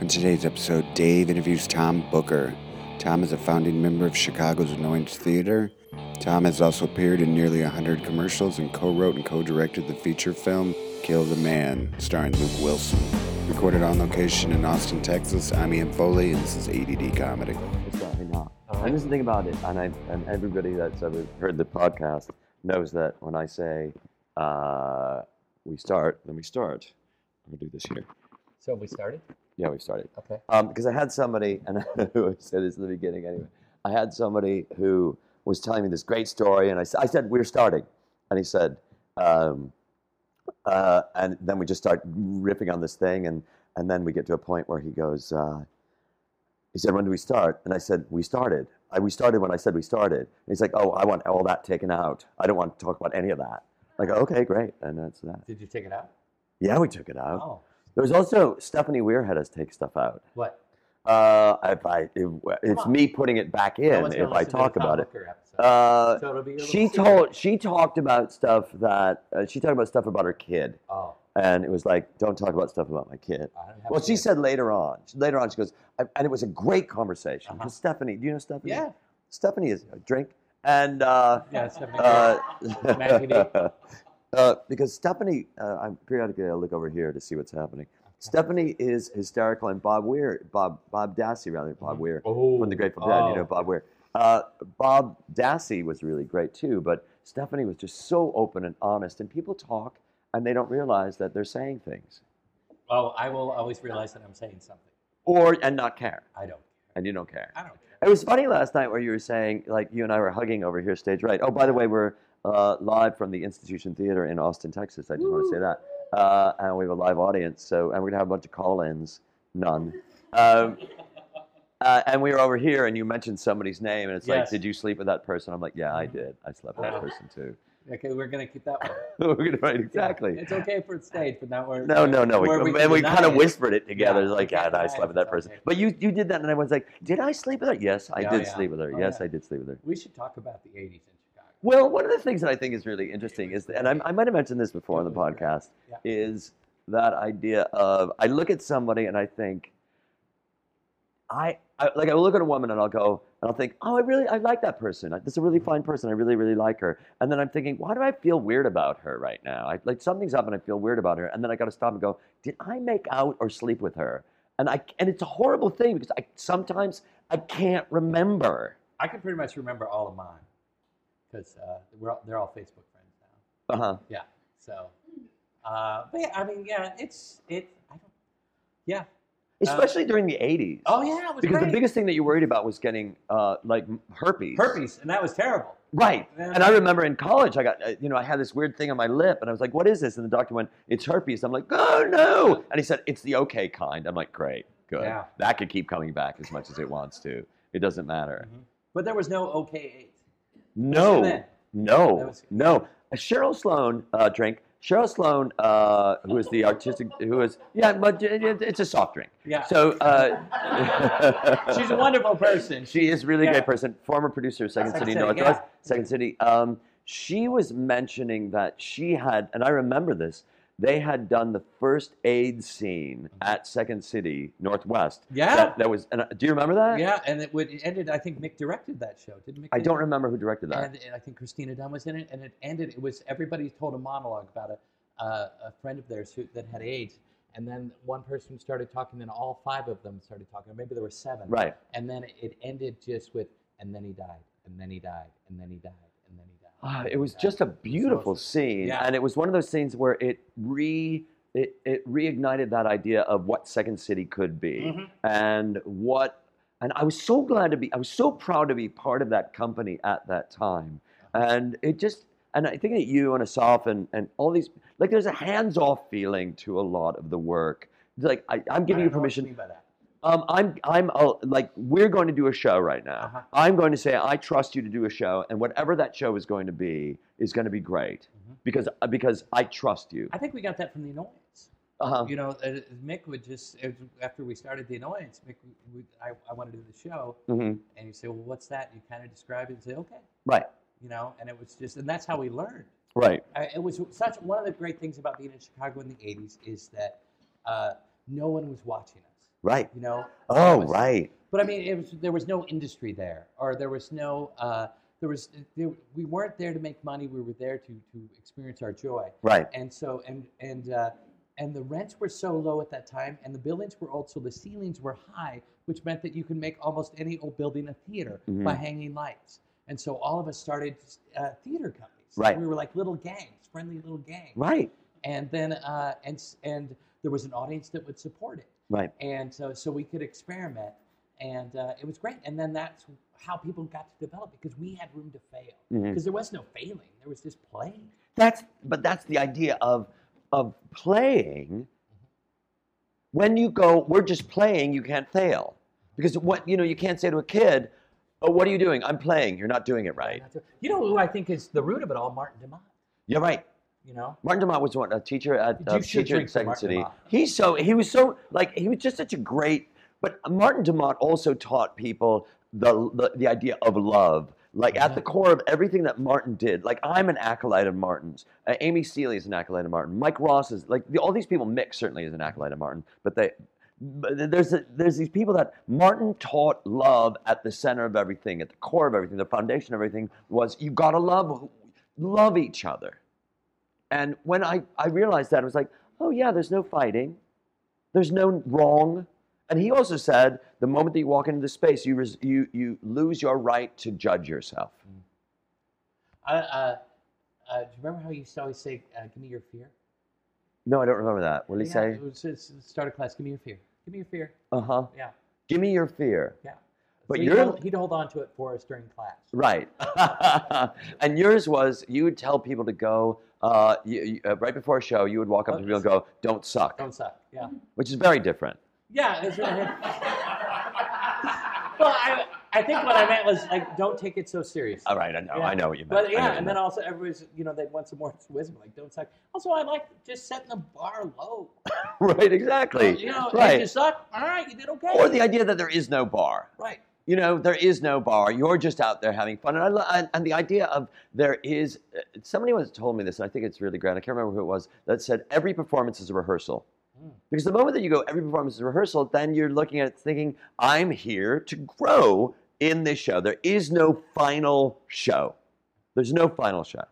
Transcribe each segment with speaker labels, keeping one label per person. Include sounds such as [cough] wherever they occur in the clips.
Speaker 1: On today's episode, Dave interviews Tom Booker. Tom is a founding member of Chicago's Annoyance Theater. Tom has also appeared in nearly 100 commercials and co wrote and co directed the feature film Kill the Man, starring Luke Wilson. Recorded on location in Austin, Texas, I'm Ian Foley, and this is ADD Comedy.
Speaker 2: It's not, not. And this is the thing about it, and I and everybody that's ever heard the podcast knows that when I say uh, we start, then we start. I'm gonna do this here.
Speaker 3: So we started?
Speaker 2: Yeah, we started.
Speaker 3: Okay.
Speaker 2: Because Um, I had somebody, and [laughs] who I said this in the beginning anyway. I had somebody who was telling me this great story, and I, s- I said we're starting, and he said, um, uh, and then we just start ripping on this thing, and and then we get to a point where he goes, uh, he said, when do we start? And I said, we started. I, we started when I said we started. And he's like, oh, I want all that taken out. I don't want to talk about any of that. Like, okay, great, and that's that.
Speaker 3: Did you take it out?
Speaker 2: Yeah, we took it out.
Speaker 3: Oh,
Speaker 2: There was also Stephanie Weir had us take stuff out.
Speaker 3: what?
Speaker 2: Uh, if I, if, it's
Speaker 3: on.
Speaker 2: me putting it back in
Speaker 3: one's gonna
Speaker 2: if I
Speaker 3: listen to the
Speaker 2: talk
Speaker 3: Tom
Speaker 2: about it.
Speaker 3: Booker episode.
Speaker 2: Uh,
Speaker 3: so it'll be your little
Speaker 2: she
Speaker 3: secret.
Speaker 2: told she talked about stuff that uh, she talked about stuff about her kid,
Speaker 3: Oh,
Speaker 2: and it was like, don't talk about stuff about my kid.
Speaker 3: I don't have
Speaker 2: Well,
Speaker 3: to
Speaker 2: she
Speaker 3: answer.
Speaker 2: said later on. Later on, she goes, I, and it was a great conversation. 'cause
Speaker 3: Uh-huh.
Speaker 2: Stephanie, do you know Stephanie?
Speaker 3: Yeah.
Speaker 2: Stephanie is a drink, and uh,
Speaker 3: [laughs] Yeah, it's definitely
Speaker 2: uh,
Speaker 3: Maggie.
Speaker 2: [laughs] uh, because Stephanie, uh, I'm periodically I look over here to see what's happening. Stephanie is hysterical, and Bob Weir, Bob Bob Dassey rather, Bob Weir
Speaker 3: oh,
Speaker 2: from the Grateful Dead. You
Speaker 3: oh.
Speaker 2: know Bob Weir. Uh, Bob Dassey was really great too, but Stephanie was just so open and honest, and people talk and they don't realize that they're saying things
Speaker 3: Oh, I will always realize that I'm saying something.
Speaker 2: or and not care,
Speaker 3: I don't.
Speaker 2: and you don't care.
Speaker 3: I don't care.
Speaker 2: It was funny last night where you were saying, like, you and I were hugging over here, stage right. Oh, by the way, we're uh, live from the Institution Theater in Austin, Texas. I just want to say that. Uh, and we have a live audience, so, and we're going to have a bunch of call ins, none. Um, uh, and we were over here, and you mentioned somebody's name, and it's like,
Speaker 3: Yes.
Speaker 2: did you sleep with that person? I'm like, yeah, I did. I slept with that
Speaker 3: [laughs] Wow.
Speaker 2: person too. [laughs]
Speaker 3: Okay, we're gonna keep that one.
Speaker 2: we're going to write [laughs]
Speaker 3: Yeah.
Speaker 2: exactly.
Speaker 3: It's okay for the stage, but not where.
Speaker 2: No, no, no. We,
Speaker 3: where
Speaker 2: and
Speaker 3: can
Speaker 2: we
Speaker 3: deny
Speaker 2: kind of
Speaker 3: it.
Speaker 2: whispered it together.
Speaker 3: Yeah,
Speaker 2: It's like,
Speaker 3: we
Speaker 2: yeah,
Speaker 3: can't
Speaker 2: and I
Speaker 3: deny it.
Speaker 2: slept with that
Speaker 3: It's
Speaker 2: person.
Speaker 3: okay.
Speaker 2: But you, you did that, and I was like, did I sleep with her? Yes, I
Speaker 3: Yeah,
Speaker 2: did
Speaker 3: yeah.
Speaker 2: sleep with her.
Speaker 3: Oh,
Speaker 2: yes,
Speaker 3: yeah.
Speaker 2: I did sleep with her.
Speaker 3: We should talk about the '80s in Chicago.
Speaker 2: Well, one of the things that I think is really interesting is, and I, I might have mentioned this before on the podcast,
Speaker 3: Yeah.
Speaker 2: is that idea of I look at somebody and I think, I, I like I look at a woman and I'll go and I'll think, oh, I really I like that person. This is a
Speaker 3: Mm-hmm.
Speaker 2: really fine person. I really really like her. And then I'm thinking, why do I feel weird about her right now? I, like something's up and I feel weird about her. And then I got to stop and go, did I make out or sleep with her? And I and it's a horrible thing because I sometimes I can't remember.
Speaker 3: I can pretty much remember all of mine because uh, we're all, they're all Facebook friends now.
Speaker 2: Uh huh.
Speaker 3: Uh-huh. So, uh, but yeah, I mean, yeah, it's it. I don't. Yeah.
Speaker 2: Especially during the 80s.
Speaker 3: Oh yeah, it was
Speaker 2: Because the
Speaker 3: great.
Speaker 2: biggest thing that you worried about was getting uh, like herpes.
Speaker 3: herpes, and that was terrible.
Speaker 2: Right.
Speaker 3: Yeah.
Speaker 2: And I remember in college, I got, uh, you know, I had this weird thing on my lip, and I was like, what is this? And the doctor went, it's herpes. I'm like, oh no. And he said, it's the okay kind. I'm like, great, good.
Speaker 3: Yeah.
Speaker 2: That could keep coming back as much as it wants to. It doesn't matter.
Speaker 3: But there was no OK eight.
Speaker 2: No,
Speaker 3: Listen in. That
Speaker 2: no,
Speaker 3: was-
Speaker 2: no. Cheryl Sloan, uh, drink. Cheryl Sloan, uh, who is the artistic, who is, yeah, but it- it- it's a soft drink.
Speaker 3: Yeah.
Speaker 2: So, uh,
Speaker 3: [laughs] She's a wonderful person. She,
Speaker 2: She is really a
Speaker 3: Yeah.
Speaker 2: great person. Former producer of Second
Speaker 3: Second
Speaker 2: City
Speaker 3: City,
Speaker 2: Northwest.
Speaker 3: yeah.
Speaker 2: Second City. Um, she was mentioning that she had, and I remember this. They had done the first aid scene at Second City Northwest.
Speaker 3: Yeah.
Speaker 2: That, that was. And, uh, do you remember that?
Speaker 3: yeah, and it would it ended. I think Mick directed that show, didn't Mick?
Speaker 2: I
Speaker 3: do
Speaker 2: don't
Speaker 3: it?
Speaker 2: remember who directed that.
Speaker 3: And, and I think Christina Dunn was in it, and it ended. It was everybody told a monologue about a uh, a friend of theirs who that had AIDS, and then one person started talking, and all five of them started talking. or Maybe there were seven.
Speaker 2: right.
Speaker 3: And then it ended just with, and then he died, and then he died, and then he died, and then he died.
Speaker 2: Ah,
Speaker 3: and then
Speaker 2: it
Speaker 3: he
Speaker 2: was
Speaker 3: died.
Speaker 2: just a beautiful
Speaker 3: So-
Speaker 2: scene,
Speaker 3: yeah.
Speaker 2: and it was one of those scenes where it re it, it reignited that idea of what Second City could be,
Speaker 3: Mhm.
Speaker 2: and what and I was so glad to be I was so proud to be part of that company at that time, and it just and I think that you and Asaf and and all these like there's a hands off feeling to a lot of the work. It's Like I, I'm giving
Speaker 3: I
Speaker 2: you
Speaker 3: don't know what
Speaker 2: permission
Speaker 3: mean by that.
Speaker 2: um, I'm, I'm uh, like, we're going to do a show right now.
Speaker 3: Uh-huh.
Speaker 2: I'm going to say, I trust you to do a show, and whatever that show is going to be is going to be great
Speaker 3: Mhm.
Speaker 2: because uh, because I trust you.
Speaker 3: I think we got that from the annoyance.
Speaker 2: Uh-huh.
Speaker 3: you know, uh, Mick would just it- after we started the annoyance, Mick, would- would, I, I want to do the show,
Speaker 2: Mhm.
Speaker 3: and you say, well, what's that? You kind of describe it and say, okay,
Speaker 2: Right,
Speaker 3: you know, and it was just, and that's how we learned.
Speaker 2: right.
Speaker 3: I, it was such one of the great things about being in Chicago in the '80s is that uh, no one was watching us.
Speaker 2: Right.
Speaker 3: you know.
Speaker 2: Oh,
Speaker 3: It was-
Speaker 2: right.
Speaker 3: But I mean, it was, there was no industry there, or there was no, uh, there was, there, we weren't there to make money. We were there to to experience our joy.
Speaker 2: Right.
Speaker 3: And so, and and uh, and the rents were so low at that time, and the buildings were old, so the ceilings were high, which meant that you could make almost any old building a theater
Speaker 2: Mm-hmm.
Speaker 3: by hanging lights. And so all of us started uh, theater companies.
Speaker 2: Right.
Speaker 3: We were like little gangs, friendly little gangs.
Speaker 2: Right.
Speaker 3: And then uh, and s- and there was an audience that would support it
Speaker 2: Right.
Speaker 3: and so so we could experiment and uh, it was great and then that's how people got to develop because we had room to fail
Speaker 2: Mhm.
Speaker 3: because there was no failing there was just playing
Speaker 2: That's but that's the idea of of playing. When you go, we're just playing. You can't fail because what you know you can't say to a kid, "Oh, what are you doing? I'm playing. You're not doing it right."
Speaker 3: That's it. you know who i think is the root of it all martin demott
Speaker 2: You're right.
Speaker 3: you know
Speaker 2: Martin Demott was one, a teacher at
Speaker 3: You
Speaker 2: a
Speaker 3: should
Speaker 2: teacher in
Speaker 3: drink to
Speaker 2: Second
Speaker 3: Martin
Speaker 2: City.
Speaker 3: Demott.
Speaker 2: He's so he was so like he was just such a great. But Martin Demott also taught people the the, the idea of love. Like at the core of everything that Martin did, like I'm an acolyte of Martin's. Uh, Amy Seeley is an acolyte of Martin. Mike Ross is like the, all these people. Mick certainly is an acolyte of Martin, but they but there's a, there's these people that Martin taught love at the center of everything, at the core of everything, the foundation of everything was you gotta love love each other. And when I, I realized that, I was like, oh, yeah, there's no fighting, there's no wrong. And he also said, the moment that you walk into the space, you, res- you, you lose your right to judge yourself.
Speaker 3: I, uh, uh, do you remember how you used to always say uh, give me your fear
Speaker 2: No, I don't remember that. What did he
Speaker 3: yeah,
Speaker 2: say?
Speaker 3: it was it's- it's start a class give me your fear give me your fear
Speaker 2: Uh huh.
Speaker 3: yeah
Speaker 2: Give me your fear.
Speaker 3: yeah
Speaker 2: But
Speaker 3: So he'd
Speaker 2: you're-
Speaker 3: hold, he'd hold on to it for us during class
Speaker 2: Right. [laughs] and yours was you would tell people to go, uh, you, you- uh, right before a show, you would walk up to people and go, don't suck,
Speaker 3: don't suck yeah
Speaker 2: which is very different.
Speaker 3: Yeah. It's, [laughs] well, I, I think what I meant was like, don't take it so seriously.
Speaker 2: All right, I know,
Speaker 3: Yeah.
Speaker 2: I know what you meant.
Speaker 3: But
Speaker 2: I know what
Speaker 3: yeah,
Speaker 2: you
Speaker 3: and then
Speaker 2: meant.
Speaker 3: also everybody's, you know, they want some more wisdom, like don't suck. Also, I like just setting the bar low.
Speaker 2: right, exactly.
Speaker 3: You know,
Speaker 2: right.
Speaker 3: if you suck, all right, you did okay.
Speaker 2: or the idea that there is no bar.
Speaker 3: right.
Speaker 2: You know, there is no bar. You're just out there having fun. And, I, lo- and, and the idea of there is, uh, somebody once told me this, and I think it's really great. I can't remember who it was, that said every performance is a rehearsal.
Speaker 3: Hmm.
Speaker 2: Because the moment that you go, every performance is a rehearsal, then you're looking at it thinking, I'm here to grow in this show. There is no final show. There's no final show.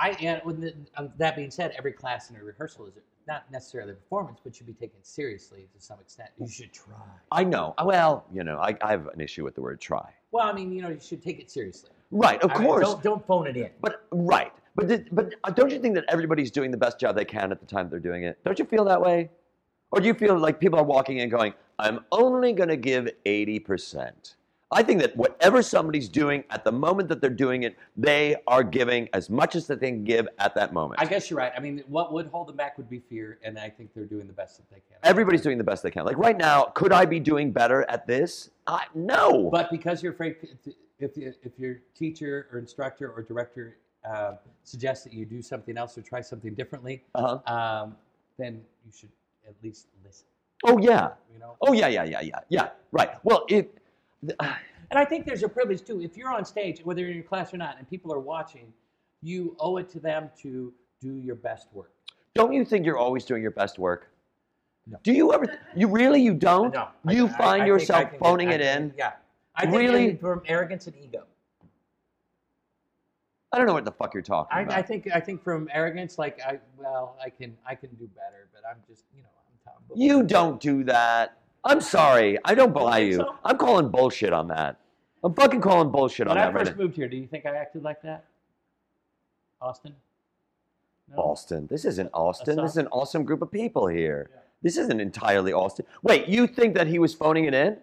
Speaker 3: I and with the, um, that being said, every class in a rehearsal is not necessarily a performance, but should be taken seriously to some extent. You should try.
Speaker 2: I know. Well, you know, I, I have an issue with the word try.
Speaker 3: Well, I mean, you know, you should take it seriously.
Speaker 2: Right, of
Speaker 3: I mean,
Speaker 2: course.
Speaker 3: don't don't phone it in.
Speaker 2: But right, but did, but uh, don't you think that everybody's doing the best job they can at the time they're doing it? Don't you feel that way, or do you feel like people are walking in going, "I'm only going to give eighty percent"? I think that whatever somebody's doing at the moment that they're doing it, they are giving as much as they can give at that moment.
Speaker 3: I guess you're right. I mean, what would hold them back would be fear, and I think they're doing the best that they can.
Speaker 2: Everybody's doing the best they can. Like right now, could I be doing better at this? I, no.
Speaker 3: But because you're afraid, to- if, if your teacher or instructor or director uh, suggests that you do something else or try something differently,
Speaker 2: uh-huh.
Speaker 3: um, then you should at least listen.
Speaker 2: Oh yeah.
Speaker 3: You know.
Speaker 2: Oh yeah. Yeah. Yeah. Yeah. Yeah. Right. Well, it.
Speaker 3: And I think there's a privilege too. If you're on stage, whether you're in your class or not, and people are watching, you owe it to them to do your best work.
Speaker 2: Don't you think you're always doing your best work?
Speaker 3: No.
Speaker 2: Do you ever? You really? You don't?
Speaker 3: No, I-
Speaker 2: You
Speaker 3: I- I
Speaker 2: find
Speaker 3: think I
Speaker 2: yourself
Speaker 3: can get-
Speaker 2: phoning
Speaker 3: I
Speaker 2: it
Speaker 3: can-
Speaker 2: in.
Speaker 3: Yeah. I think
Speaker 2: Really?
Speaker 3: really? from arrogance and ego.
Speaker 2: I don't know what the fuck you're talking
Speaker 3: I,
Speaker 2: about.
Speaker 3: I think I think from arrogance, like I well, I can I can do better, but I'm just you know I'm Tom. Booker.
Speaker 2: you don't do that. I'm sorry. I don't buy
Speaker 3: think
Speaker 2: you.
Speaker 3: so?
Speaker 2: I'm calling bullshit on that. I'm fucking calling bullshit
Speaker 3: When
Speaker 2: on
Speaker 3: I
Speaker 2: that right
Speaker 3: first
Speaker 2: now.
Speaker 3: moved here, do you think I acted like that, Austin? No?
Speaker 2: Austin. This isn't Austin.
Speaker 3: not-
Speaker 2: This is an awesome group of people here. This isn't entirely Austin. Wait, you think that he was phoning it in?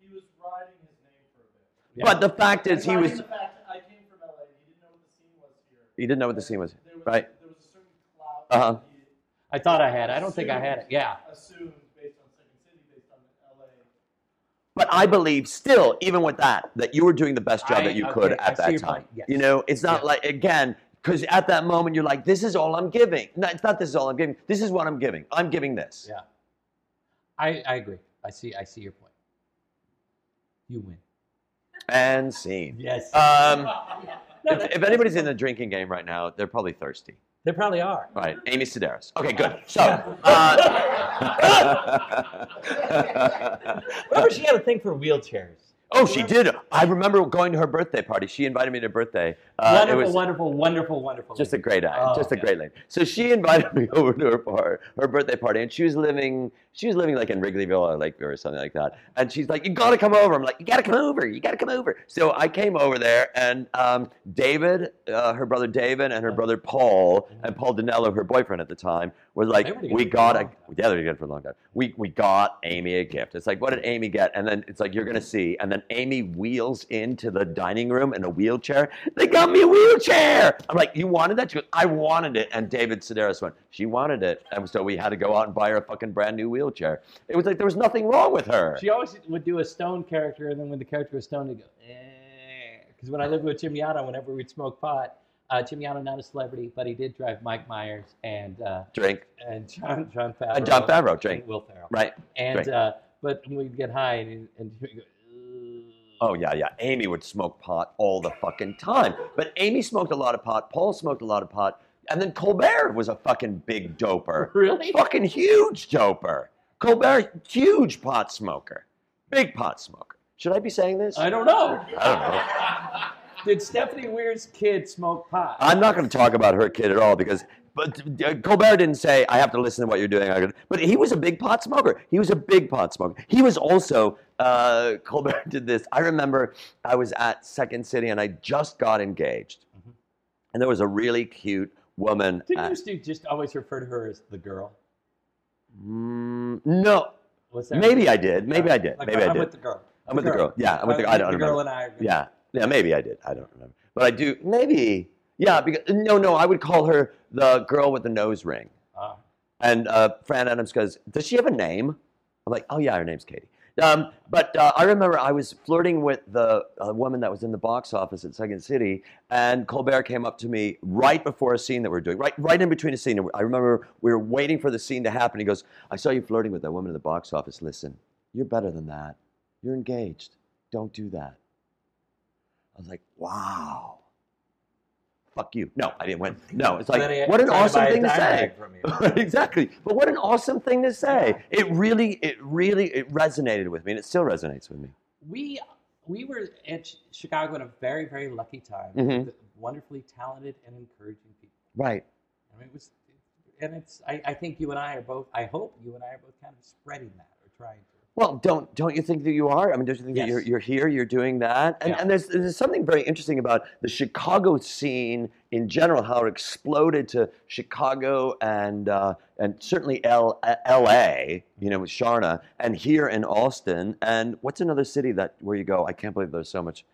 Speaker 4: He was riding his name for a bit.
Speaker 3: Yeah.
Speaker 2: But the fact is, he
Speaker 4: Aside
Speaker 2: was.
Speaker 4: from The fact that I came from LA. He didn't know what the scene was here.
Speaker 2: He didn't know what the scene was.
Speaker 4: There was
Speaker 2: Right.
Speaker 4: There was a certain clout.
Speaker 2: Uh-huh.
Speaker 4: that He
Speaker 3: I thought I had. I don't think I had it. Yeah.
Speaker 4: assumed based on Second City, based on LA.
Speaker 2: But I believe still, even with that, that you were doing the best job
Speaker 3: I-
Speaker 2: that you could
Speaker 3: okay, I
Speaker 2: at
Speaker 3: see
Speaker 2: that
Speaker 3: your
Speaker 2: time.
Speaker 3: point, yes.
Speaker 2: You know, it's not
Speaker 3: Yeah.
Speaker 2: like again, because at that moment you're like, this is all I'm giving. No, it's not this is all I'm giving. This is what I'm giving. I'm giving this.
Speaker 3: Yeah. I I agree. I see I see your point. You win.
Speaker 2: And scene.
Speaker 3: Yes.
Speaker 5: Uh,
Speaker 2: Um,
Speaker 3: No,
Speaker 2: if,
Speaker 3: that's-
Speaker 2: if anybody's in the drinking game right now, they're probably thirsty.
Speaker 3: they probably are. [laughs]
Speaker 2: Right. Amy Sedaris. Okay, good. So, uh,
Speaker 5: Remember, she had a thing for wheelchairs.
Speaker 2: uh, [laughs] oh, she did. I remember going to her birthday party. She invited me to her birthday. Uh, it
Speaker 3: wonderful,
Speaker 2: was
Speaker 3: wonderful, wonderful, wonderful.
Speaker 2: just a
Speaker 3: lady.
Speaker 2: great eye,
Speaker 3: Oh,
Speaker 2: just a
Speaker 3: okay.
Speaker 2: great lady. So she [laughs] invited me over to her par- her birthday party, and she was living she was living like in Wrigleyville or Lakeview or something like that. And she's like, "You gotta come over." I'm like, "You gotta come over. You gotta come over." So I came over there, and um, David, uh, her brother David, and her brother Paul, and Paul Danello, her boyfriend at the time, were like,
Speaker 3: Mm-hmm. They were together
Speaker 2: "We
Speaker 3: for a
Speaker 2: got
Speaker 3: long
Speaker 2: a
Speaker 3: time.
Speaker 2: yeah, they were together for a long time. We we got Amy a gift. It's like, what did Amy get? And then it's like, you're gonna see. And then Amy wheels into the dining room in a wheelchair. They got me a wheelchair. I'm like, you wanted that? She goes, I wanted it. And David Sedaris went, she wanted it. And so we had to go out and buy her a fucking brand new wheelchair. It was like there was nothing wrong with her.
Speaker 3: She always would do a stone character, and then when the character was stoned, he'd go, Because when I lived with Jim Yano, whenever we'd smoke pot, uh, Jim Yano, not a celebrity, but he did drive Mike Myers and uh,
Speaker 2: Drink,
Speaker 3: and John John Favreau.
Speaker 2: And Jon Favreau,
Speaker 3: and
Speaker 2: drink.
Speaker 3: Will Ferrell.
Speaker 2: right?
Speaker 3: And
Speaker 2: drink.
Speaker 3: uh, but when we'd get high, and, and he'd go, "Ooh."
Speaker 2: Oh yeah, yeah. Amy would smoke pot all the fucking time. But Amy smoked a lot of pot. Paul smoked a lot of pot. And then Colbert was a fucking big doper.
Speaker 3: [laughs] really?
Speaker 2: Fucking huge doper. Colbert, huge pot smoker. Big pot smoker. Should I be saying this?
Speaker 3: I don't know.
Speaker 2: I don't know.
Speaker 3: [laughs] Did Stephanie Weir's kid smoke pot?
Speaker 2: I'm not going to talk about her kid at all because, but uh, Colbert didn't say I have to listen to what you're doing. I gotta-" But he was a big pot smoker. He was a big pot smoker. He was also uh, [laughs] Colbert did this. I remember I was at Second City and I just got engaged, and there was a really cute woman.
Speaker 3: Mm-hmm. Didn't
Speaker 2: at-
Speaker 3: you Stu, just always refer to her as the girl?
Speaker 2: Mm, no,
Speaker 3: Was that
Speaker 2: maybe I did. Maybe I did.
Speaker 3: Like,
Speaker 2: Maybe I
Speaker 3: I'm
Speaker 2: did.
Speaker 3: with the girl. Uh,
Speaker 2: I'm with the girl. Yeah, I'm with the girl. I don't
Speaker 3: The
Speaker 2: remember.
Speaker 3: girl and I. Are gonna-
Speaker 2: Yeah, yeah, maybe I did. I don't remember, but I do. Maybe, yeah, because no, no, I would call her the girl with the nose ring.
Speaker 3: Ah.
Speaker 2: And uh, Fran Adams goes, "Does she have a name?" I'm like, "Oh yeah, her name's Katie." Um, but uh, I remember I was flirting with the uh, woman that was in the box office at Second City, and Colbert came up to me right before a scene that we are doing, right, right in between a scene. I remember we were waiting for the scene to happen. He goes, "I saw you flirting with that woman in the box office. Listen, you're better than that. You're engaged. Don't do that." I was like, "Wow." Fuck you. No, I didn't win. No, it's
Speaker 3: Then he
Speaker 2: like, what an
Speaker 3: tried to
Speaker 2: awesome
Speaker 3: buy a
Speaker 2: thing to
Speaker 3: dime
Speaker 2: say.
Speaker 3: bag from
Speaker 2: [laughs]
Speaker 3: you.
Speaker 2: exactly. But what an awesome thing to say. It really, it really, it resonated with me, and it still resonates with me.
Speaker 3: we we were at Ch- Chicago at a very very lucky time.
Speaker 2: Mhm.
Speaker 3: with Wonderfully talented and encouraging people.
Speaker 2: Right.
Speaker 3: I mean, it was, and it's. I, I think you and I are both. I hope you and I are both kind of spreading that or trying to.
Speaker 2: Well, don't don't you think that you are? I mean, don't you think that
Speaker 3: Yes.
Speaker 2: you're you're here, you're doing that, and
Speaker 3: Yeah.
Speaker 2: and there's there's something very interesting about the Chicago scene in general, how it exploded to Chicago and uh, and certainly L L.A. You know, with Sharna, and here in Austin, and what's another city that where you go? I can't believe there's so much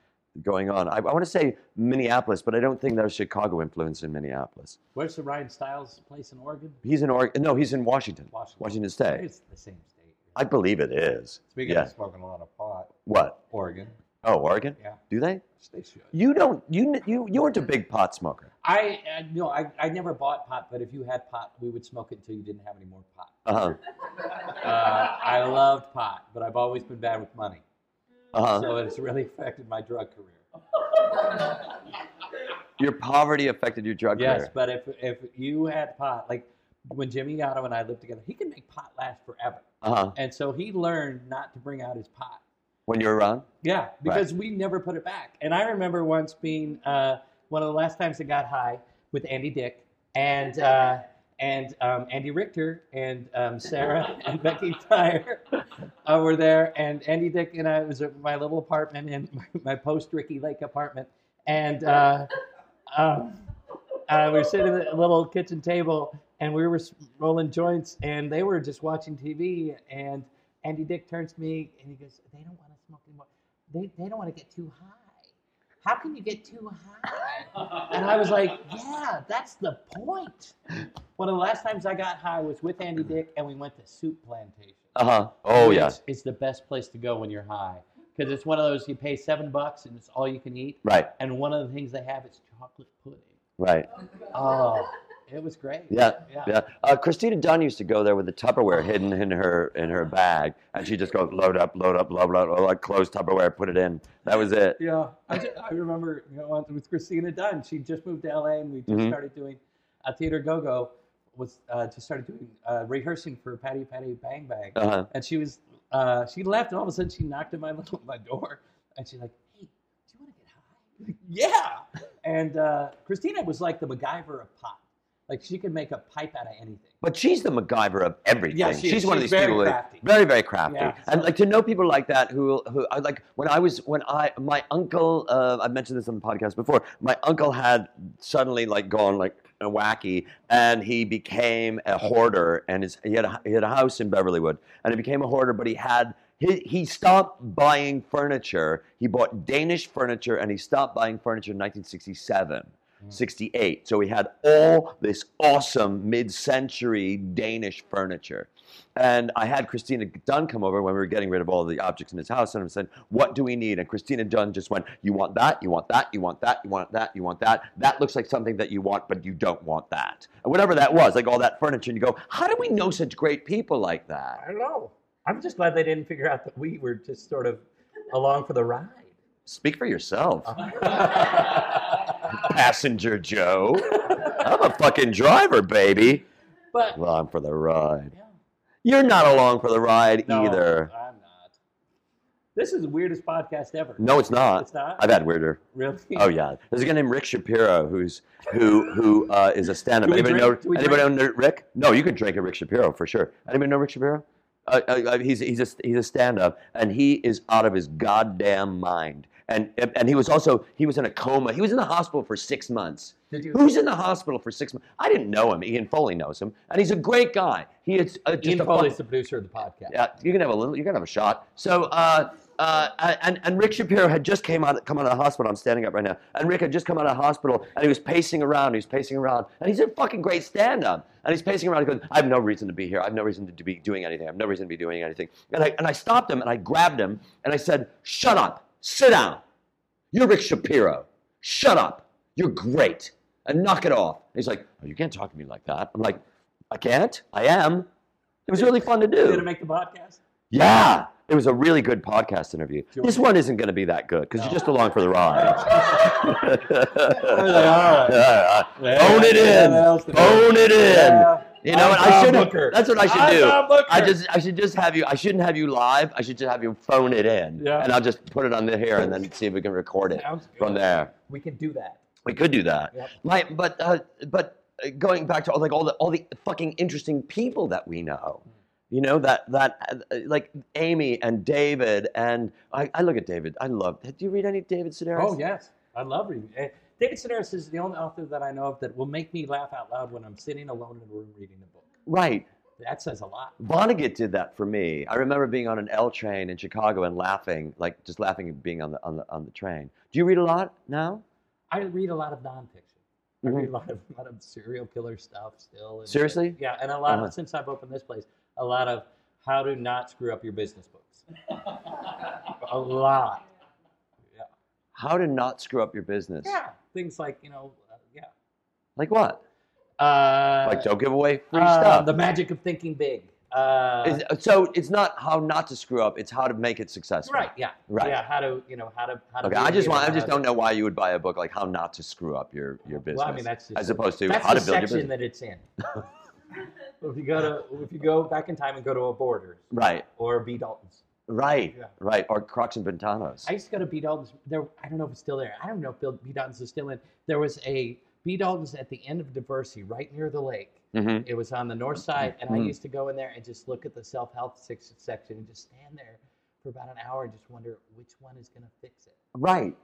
Speaker 2: going on. I, I want to say Minneapolis, but I don't think there's Chicago influence in Minneapolis.
Speaker 3: Where's the Ryan Stiles place in Oregon?
Speaker 2: He's in Oregon. No, he's in Washington.
Speaker 3: Washington.
Speaker 2: Washington State.
Speaker 3: It's the same state.
Speaker 2: I believe it is.
Speaker 5: Speaking
Speaker 2: yeah.
Speaker 5: of smoking a lot of pot,
Speaker 2: What?
Speaker 5: Oregon.
Speaker 2: Oh, Oregon.
Speaker 3: Yeah.
Speaker 2: Do they?
Speaker 3: They should.
Speaker 2: You don't. You you you weren't a big pot smoker.
Speaker 3: I uh, no, I, I never bought pot, but if you had pot, we would smoke it until you didn't have any more pot.
Speaker 2: Uh
Speaker 3: Uh, I loved pot, but I've always been bad with money,
Speaker 2: huh. Uh huh.
Speaker 3: so it's really affected my drug career.
Speaker 2: Your poverty affected your drug
Speaker 3: Yes,
Speaker 2: career.
Speaker 3: but if if you had pot, like when Jimmy Yotto and I lived together, he could make pot last forever.
Speaker 2: Uh huh.
Speaker 3: And so he learned not to bring out his pot.
Speaker 2: When you were around.
Speaker 3: Yeah, because we never put it back. And I remember once being uh, one of the last times I got high with Andy Dick and uh, and um, Andy Richter and um, Sarah [laughs] and Becky Tyre uh, were there. And Andy Dick and I it was at my little apartment in my, my post Ricky Lake apartment. And uh, um, uh, we were sitting at a little kitchen table and we were s- rolling joints and they were just watching TV. And Andy Dick turns to me and he goes, They don't want to smoke anymore. They, they don't want to get too high. How can you get too high? And I was like, Yeah, that's the point. One of the last times I got high was with Andy Dick and we went to Soup Plantation.
Speaker 2: Uh huh. Oh
Speaker 3: Which
Speaker 2: yeah.
Speaker 3: It's the best place to go when you're high because it's one of those you pay seven bucks and it's all you can eat.
Speaker 2: Right.
Speaker 3: And one of the things they have is chocolate pudding.
Speaker 2: Right.
Speaker 3: Oh, it was great.
Speaker 2: Yeah.
Speaker 3: yeah.
Speaker 2: Yeah. Uh, Christina Dunn used to go there with the Tupperware hidden in her in her bag, and she just go load up, load up, load up, load up, close Tupperware, put it in. That was it.
Speaker 3: Yeah, I, ju- I remember you know, once with Christina Dunn. She just moved to LA, and we just
Speaker 2: Mhm.
Speaker 3: started doing a theater go go was uh, just started doing uh, rehearsing for Patty Patty Bang Bang,
Speaker 2: Uh-huh.
Speaker 3: and she was uh, she left, and all of a sudden she knocked at my [laughs] little my door, and she's like, "Hey, do you want to get high?" [laughs] yeah. And uh, Christina was like the MacGyver of pop, like she could make a pipe out of anything.
Speaker 2: But she's the MacGyver of everything.
Speaker 3: Yeah, she is.
Speaker 2: she's one of
Speaker 3: She's
Speaker 2: these
Speaker 3: very
Speaker 2: people who-
Speaker 3: crafty.
Speaker 2: very, very crafty.
Speaker 3: Yeah,
Speaker 2: And
Speaker 3: so-
Speaker 2: like to know people like that who, who I like when I was when I my uncle uh, I mentioned this on the podcast before. My uncle had suddenly like gone like wacky, and he became a hoarder. And his, he had a, he had a house in Beverlywood, and he became a hoarder. But he had he, he stopped buying furniture. He bought Danish furniture, and he stopped buying furniture in 1967. 68. So he had all this awesome mid century Danish furniture. And I had Christina Dunn come over when we were getting rid of all the objects in his house. And I said, What do we need? And Christina Dunn just went, You want that, you want that, you want that, you want that, you want that. That looks like something that you want, but you don't want that. And whatever that was, like all that furniture. And you go, How do we know such great people like that?
Speaker 5: I don't know. I'm just glad they didn't figure out that we were just sort of along for
Speaker 3: [laughs]
Speaker 5: the ride.
Speaker 2: Speak for yourself, passenger Joe. I'm a fucking driver, baby.
Speaker 3: But
Speaker 2: Well, I'm for the ride.
Speaker 3: yeah.
Speaker 2: You're not along for the ride
Speaker 3: No,
Speaker 2: either.
Speaker 3: I'm not. This is the weirdest podcast ever.
Speaker 2: No, it's not.
Speaker 3: it's not.
Speaker 2: I've had weirder.
Speaker 3: really.
Speaker 2: Oh
Speaker 3: [laughs]
Speaker 2: yeah, there's a guy named Rick Shapiro who's who who uh, is a stand-up.
Speaker 3: Do we
Speaker 2: Anybody
Speaker 3: drink- do
Speaker 2: know
Speaker 3: we
Speaker 2: anybody know Rick? No, you can drink at Rick Shapiro for sure. Anybody know Rick Shapiro? Uh, uh, uh, he's he's a he's a stand-up, and he is out of his goddamn mind. And and he was also he was in a coma. He was in the hospital for six months.
Speaker 3: Did you-
Speaker 2: Who's in the hospital for six months? I didn't know him. Ian Foley knows him, and he's a great guy. He is uh, just
Speaker 5: Ian
Speaker 2: a fuck-
Speaker 5: Foley's the producer of the podcast.
Speaker 2: yeah, you can have a little. You can have a shot. So, uh, uh, and and Rick Shapiro had just came out come out of the hospital. I'm standing up right now, and Rick had just come out of the hospital, and he was pacing around. He was pacing around, and he's a fucking great stand-up. And he's pacing around. He goes, "I have no reason to be here. I have no reason to be doing anything. I have no reason to be doing anything." And I and I stopped him, and I grabbed him, and I said, "Shut up. Sit down. You're Rick Shapiro. Shut up. You're great. And knock it off." And he's like, oh, "You can't talk to me like that." I'm like, "I can't. I am." It was really fun to do.
Speaker 3: Did it make the podcast?
Speaker 2: Yeah, it was a really good podcast interview.
Speaker 3: you
Speaker 2: This one isn't going to be that good because you're just along for the
Speaker 5: [laughs]
Speaker 2: ride. [laughs] Yeah, yeah. Bone it in.
Speaker 3: What else to do?
Speaker 2: Bone it in.
Speaker 3: Yeah.
Speaker 2: You know
Speaker 5: I'm
Speaker 2: what? I
Speaker 5: Tom
Speaker 2: should.
Speaker 5: Booker.
Speaker 2: That's what I should
Speaker 5: I'm
Speaker 2: do.
Speaker 5: Tom Booker.
Speaker 2: I just. I should just have you. I shouldn't have you live. I should just have you phone it in.
Speaker 3: Yeah.
Speaker 2: And I'll just put it on the here and then see if we can record it
Speaker 5: Sounds good.
Speaker 2: from there.
Speaker 5: We can do that.
Speaker 2: We could do that.
Speaker 5: Yep.
Speaker 2: My, but uh, but uh, going back to all, like all the all the fucking interesting people that we know, you know that that uh, like Amy and David and I, I look at David. I love. Do you read any David Sedaris?
Speaker 3: Oh yes, I love reading. Eh, David Sedaris is the only author that I know of that will make me laugh out loud when I'm sitting alone in a room reading a book.
Speaker 2: Right.
Speaker 3: That says a lot.
Speaker 2: Vonnegut did that for me. I remember being on an L train in Chicago and laughing, like just laughing and being on the on the on the train. Do you read a lot now?
Speaker 3: I read a lot of nonfiction. I
Speaker 2: Mhm.
Speaker 3: read a lot of, a lot of serial killer stuff still. and-
Speaker 2: Seriously?
Speaker 3: yeah, and a lot
Speaker 2: Uh-huh.
Speaker 3: of since I've opened this place, a lot of how to not screw up your
Speaker 2: [laughs]
Speaker 3: business books. a lot.
Speaker 2: How to not screw up your business?
Speaker 3: Yeah, things like you know, uh, yeah.
Speaker 2: Like what?
Speaker 3: Uh,
Speaker 2: Like don't give away free
Speaker 3: uh,
Speaker 2: stuff.
Speaker 3: The magic of thinking big. Uh,
Speaker 2: Is- so it's not how not to screw up; it's how to make it successful.
Speaker 3: right. Yeah.
Speaker 2: Right.
Speaker 3: Yeah. How to you know how to how to. uh,
Speaker 2: Okay,
Speaker 3: be a
Speaker 2: I just
Speaker 3: leader,
Speaker 2: want, I
Speaker 3: how
Speaker 2: just
Speaker 3: to-
Speaker 2: don't know why you would buy a book like How Not to Screw Up Your Your Business,
Speaker 3: Well, I mean, that's just
Speaker 2: as opposed to
Speaker 3: that's
Speaker 2: How
Speaker 3: the
Speaker 2: to Build Your
Speaker 3: section
Speaker 2: Business.
Speaker 3: that it's in.
Speaker 2: [laughs]
Speaker 3: if you go to if you go back in time and go to a Borders
Speaker 2: Right,
Speaker 3: or B Dalton's.
Speaker 2: right,
Speaker 3: Yeah.
Speaker 2: right. Or Crocs and Ventanas.
Speaker 3: I used to go to B Dalton's. There, I don't know if it's still there. I don't know if Bill- B Dalton's is still in. There was a B Dalton's at the end of Diversity, right near the lake.
Speaker 2: Mhm.
Speaker 3: It was on the north side, and
Speaker 2: Mhm.
Speaker 3: I used to go in there and just look at the self help section and just stand there for about an hour and just wonder which one is going to fix it.
Speaker 2: Right,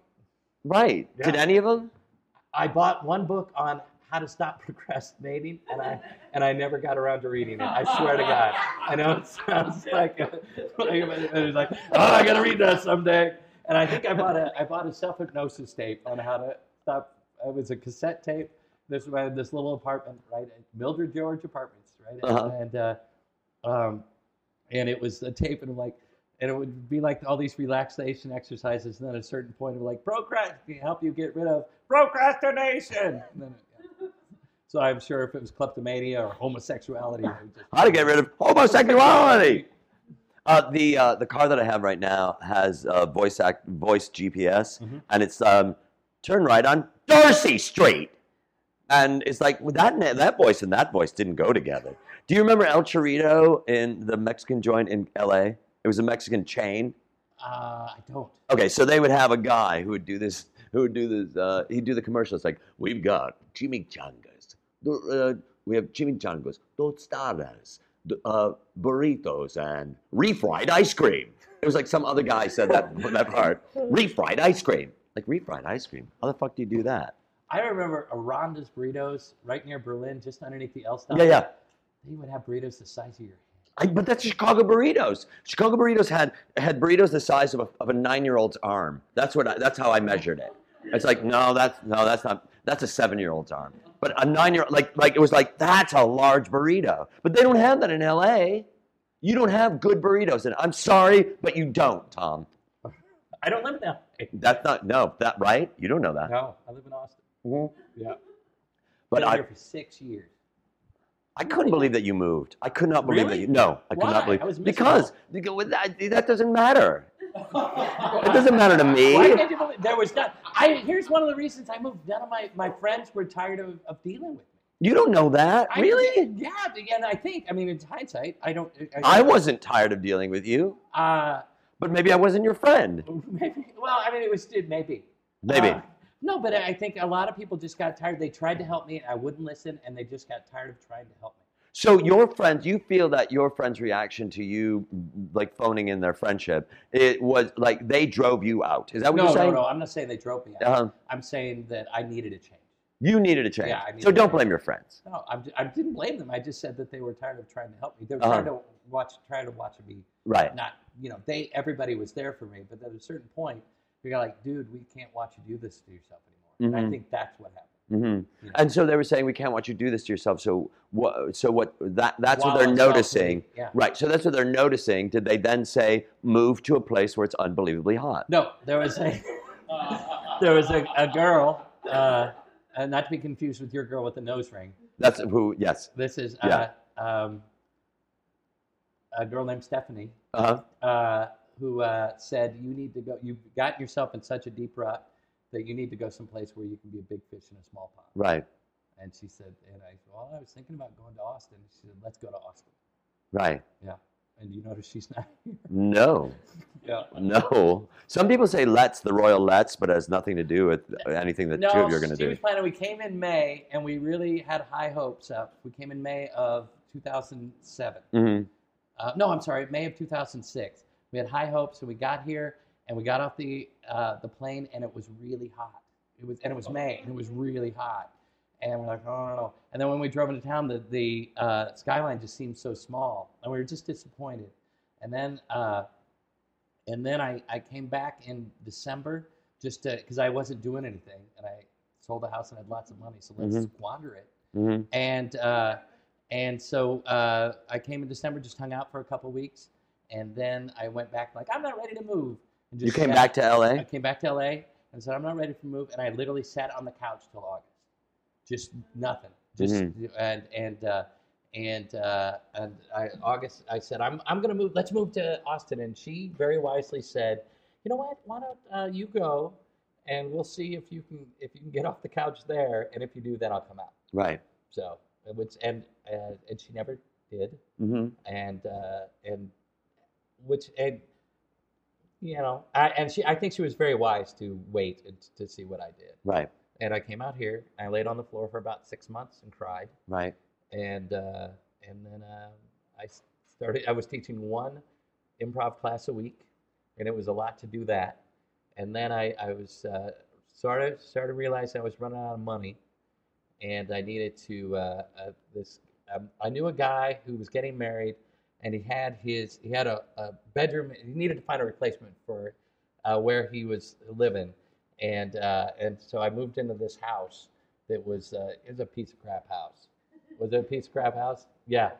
Speaker 2: right.
Speaker 3: Yeah.
Speaker 2: Did any of them?
Speaker 3: I bought one book on how to stop [laughs] procrastinating, and I and I never got around to reading it. I swear to God. I know it sounds like, a, like and it's like, oh, I gotta read that someday. And I think I bought a I bought a self hypnosis tape on how to stop. It was a cassette tape. This was in this little apartment, right, at Mildred George Apartments, right,
Speaker 2: Uh-huh.
Speaker 3: and uh, um, and it was a tape, and I'm like, and it would be like all these relaxation exercises, and then at a certain point, it would like procrastinate, help you get rid of procrastination. And then it- yeah. So I'm sure if it was kleptomania or homosexuality, I would just,
Speaker 2: How to get rid of homosexuality. Uh, the uh, the car that I have right now has uh, voice act voice GPS, and it's um, turn right on Darcy Street. and it's like well, that na- that voice and that voice didn't go together. Do you remember El Chorito in the Mexican joint in L.A.? It was a Mexican chain.
Speaker 3: Uh, I don't.
Speaker 2: Okay, so they would have a guy who would do this, who would do this, uh, he'd do the commercials like, we've got chimichangas, do- uh, we have chimichangas, tostadas, d- uh, burritos, and refried ice cream. It was like some other guy said that, [laughs] that part. Refried ice cream. Like, refried ice cream? How the fuck do you do that?
Speaker 3: I remember Aronda's Burritos right near Berlin, just underneath the L stop.
Speaker 2: Yeah, yeah.
Speaker 3: They would have burritos the size of your hand.
Speaker 2: I, but that's Chicago burritos. Chicago burritos had had burritos the size of a, of a nine year old's arm. That's what I, that's how I measured it. It's like no, that's no, that's not that's a seven year old's arm. But a nine year like like it was like that's a large burrito. But they don't have that in L.A. You don't have good burritos, and I'm sorry, but you don't, Tom.
Speaker 5: I don't live now.
Speaker 2: That's not no that right. You don't know that. Mm-hmm.
Speaker 3: No, I live in Austin. Yeah.
Speaker 2: But
Speaker 3: Been
Speaker 2: I
Speaker 3: here for six years.
Speaker 2: I couldn't believe that you moved. I could not believe that
Speaker 3: Really?
Speaker 2: you. No, I could
Speaker 3: Why?
Speaker 2: not believe
Speaker 3: I was miserable.
Speaker 2: because, because that, that doesn't matter. It doesn't matter to me.
Speaker 3: Why can't you believe there was not? I here's one of the reasons I moved. None of my, my friends were tired of, of dealing with me.
Speaker 2: You don't know that,
Speaker 3: I
Speaker 2: really?
Speaker 3: did- yeah, but- and I think I mean in hindsight, I don't.
Speaker 2: I wasn't tired of dealing with you,
Speaker 3: Uh, [laughs]
Speaker 2: but maybe I wasn't your friend.
Speaker 3: maybe. Well, I mean, it was it maybe.
Speaker 2: Maybe.
Speaker 3: Uh, no, but I think a lot of people just got tired. They tried to help me, and I wouldn't listen, and they just got tired of trying to help me.
Speaker 2: So your friends, you feel that your friend's reaction to you, like phoning in their friendship, it was like they drove you out. Is that what
Speaker 3: No,
Speaker 2: you're
Speaker 3: no,
Speaker 2: saying?
Speaker 3: no. I'm not saying they drove me. out.
Speaker 2: Uh-huh.
Speaker 3: I'm saying that I needed a change.
Speaker 2: You needed a change.
Speaker 3: Yeah, I needed
Speaker 2: so
Speaker 3: a
Speaker 2: don't
Speaker 3: change.
Speaker 2: blame your friends.
Speaker 3: No, I'm, I didn't blame them. I just said that they were tired of trying to help me. They were
Speaker 2: Uh-huh.
Speaker 3: trying to watch, trying to watch me.
Speaker 2: Right.
Speaker 3: Not, you know, they everybody was there for me, but at a certain point, you're like, dude, we can't watch you do this to yourself anymore. And
Speaker 2: Mhm.
Speaker 3: I think that's what happened.
Speaker 2: hmm
Speaker 3: Yeah.
Speaker 2: And so they were saying, "We can't watch you do this to yourself." So what? So what? That that's
Speaker 3: While
Speaker 2: what they're
Speaker 3: I was out
Speaker 2: noticing.
Speaker 3: doing- yeah.
Speaker 2: Right. So that's what they're noticing. Did they then say, "Move to a place where it's unbelievably hot"?
Speaker 3: No, there was a [laughs] there was a, a girl, uh, uh, not to be confused with your girl with the nose ring.
Speaker 2: That's who. Yes.
Speaker 3: This is uh, um, a girl named Stephanie
Speaker 2: Uh huh.
Speaker 3: uh, who uh, said, "You need to go. You've gotten yourself in such a deep rut that you need to go someplace where you can be a big fish in a small pond."
Speaker 2: Right.
Speaker 3: And she said, "And I, well, I was thinking about going to Austin." She said, "Let's go to Austin."
Speaker 2: Right.
Speaker 3: Yeah, and you notice she's not. [laughs] here.
Speaker 2: No.
Speaker 3: yeah.
Speaker 2: No. Some people say let's, the royal let's, but it has nothing to do with anything that
Speaker 3: no,
Speaker 2: two of you are going to
Speaker 3: she
Speaker 2: do.
Speaker 3: was planning. We came in May, and we really had high hopes up. We came in May of 2007.
Speaker 2: hmm
Speaker 3: Uh, no, I'm sorry, May of 2006. We had high hopes, and we got here, and we got off the uh, the plane, and it was really hot. It was, and it was May, and it was really hot. And we're like, oh no, no. And then when we drove into town, the the uh, skyline just seemed so small, and we were just disappointed. And then, uh, and then I, I came back in December just because I wasn't doing anything, and I sold the house and had lots of money, so let's
Speaker 2: Mhm.
Speaker 3: squander it
Speaker 2: hmm
Speaker 3: and uh, and so uh, I came in December, just hung out for a couple weeks, and then I went back like I'm not ready to move. And
Speaker 2: You came
Speaker 3: sat-
Speaker 2: back to
Speaker 3: I [laughs]
Speaker 2: LA?
Speaker 3: came back to LA and said I'm not ready to move, and I literally sat on the couch till August, just nothing, just
Speaker 2: Mm-hmm.
Speaker 3: and and. Uh, and uh, and I, August, I said, I'm, I'm gonna move. Let's move to Austin. And she very wisely said, you know what? Why don't uh, you go, and we'll see if you can if you can get off the couch there. And if you do, then I'll come out.
Speaker 2: Right.
Speaker 3: So it was, and uh, and she never did,
Speaker 2: hmm
Speaker 3: and uh, and which and you know, I, and she, I think she was very wise to wait and to see what I did.
Speaker 2: Right.
Speaker 3: And I came out here, and I laid on the floor for about six months and cried,
Speaker 2: Right.
Speaker 3: and uh, and then uh, I s- started. I was teaching one improv class a week, and it was a lot to do that. And then I I was uh, started started realizing I was running out of money, and I needed to uh, uh, this. Um, I knew a guy who was getting married, and he had his he had a, a bedroom. He needed to find a replacement for uh, where he was living, and uh, and so I moved into this house that was uh, it was a piece of crap house. Was it a piece of crap house? Yeah,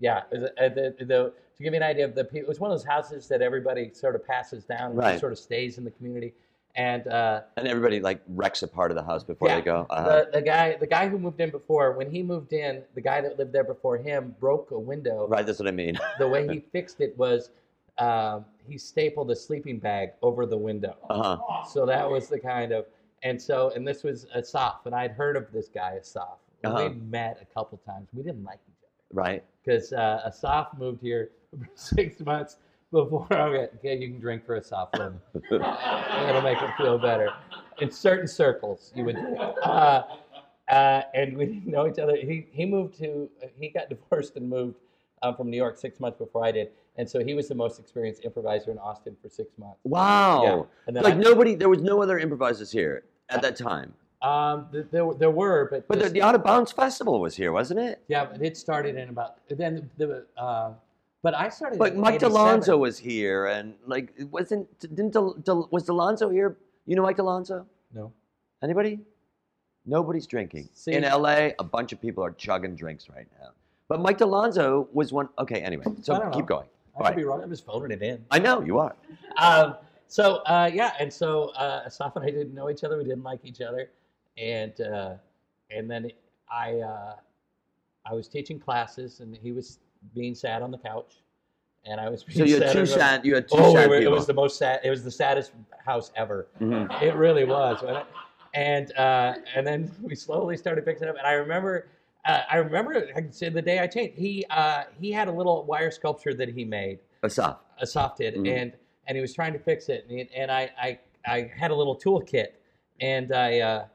Speaker 3: yeah. It was a- uh, the- the- to give you an idea of the, pe- it was one of those houses that everybody sort of passes down, and
Speaker 2: Right.
Speaker 3: sort of stays in the community, and. Uh,
Speaker 2: And everybody like wrecks a part of the house before
Speaker 3: Yeah.
Speaker 2: they go. Uh-huh.
Speaker 3: the, the guy the guy who moved in before when he moved in the guy that lived there before him broke a window
Speaker 2: Right. That's what I mean. [laughs]
Speaker 3: the way he fixed it was um, he stapled a sleeping bag over the window
Speaker 2: Uh-huh.
Speaker 3: so that was the kind of And so, and this was Asaf, and I'd heard of this guy Asaf.
Speaker 2: Uh-huh.
Speaker 3: We met a couple times. We didn't like each other
Speaker 2: right?
Speaker 3: because uh, Asaf moved here for [laughs] six months before. Okay, okay, you can drink for Asaf. Then. It'll make it feel better. In certain circles, you would. do it. Uh, uh, and we didn't know each other. He he moved to he got [laughs] divorced and moved um, from New York six months before I did, and so he was the most experienced improviser in Austin for six months.
Speaker 2: Wow.
Speaker 3: And then
Speaker 2: Like
Speaker 3: I-
Speaker 2: nobody, there was no other improvisers here at that time.
Speaker 3: Um, th- there, were- there were, but
Speaker 2: But the,
Speaker 3: this-
Speaker 2: the Out of Bounds Festival was here, wasn't it?
Speaker 3: yeah, but it started in about then the uh, but I started.
Speaker 2: But
Speaker 3: in
Speaker 2: Mike
Speaker 3: 87.
Speaker 2: Delonzo was here, and like, it wasn't didn't Del, Del, was Delonzo here? You know Mike Delonzo?
Speaker 3: no.
Speaker 2: Anybody? Nobody's drinking
Speaker 3: See-
Speaker 2: in LA. A bunch of people are chugging drinks right now. But Mike Delonzo was one. Okay, anyway, so
Speaker 3: I don't
Speaker 2: keep
Speaker 3: know.
Speaker 2: going.
Speaker 3: I
Speaker 2: All
Speaker 3: could
Speaker 2: right.
Speaker 3: be wrong. I'm just phoning it in.
Speaker 2: I know you are.
Speaker 3: Um, so uh, yeah, and so uh, Asaf and I didn't know each other. We didn't like each other, and uh, and then I uh, I was teaching classes, and he was being sad on the couch, and I was being
Speaker 2: So you had
Speaker 3: sad
Speaker 2: two
Speaker 3: on the-
Speaker 2: sad. You had two
Speaker 3: Oh,
Speaker 2: sad
Speaker 3: it, wa- it
Speaker 2: people.
Speaker 3: was the most sad. It was the saddest house ever.
Speaker 2: Mhm.
Speaker 3: It really was. wasn't it? And uh, and then we slowly started fixing it up. And I remember, uh, I remember, I said the day I changed. He uh, he had a little wire sculpture that he made,
Speaker 2: Asaf.
Speaker 3: Asaf did,
Speaker 2: Mhm.
Speaker 3: and and he was trying to fix it. And, and I, I I had a little toolkit, and I uh,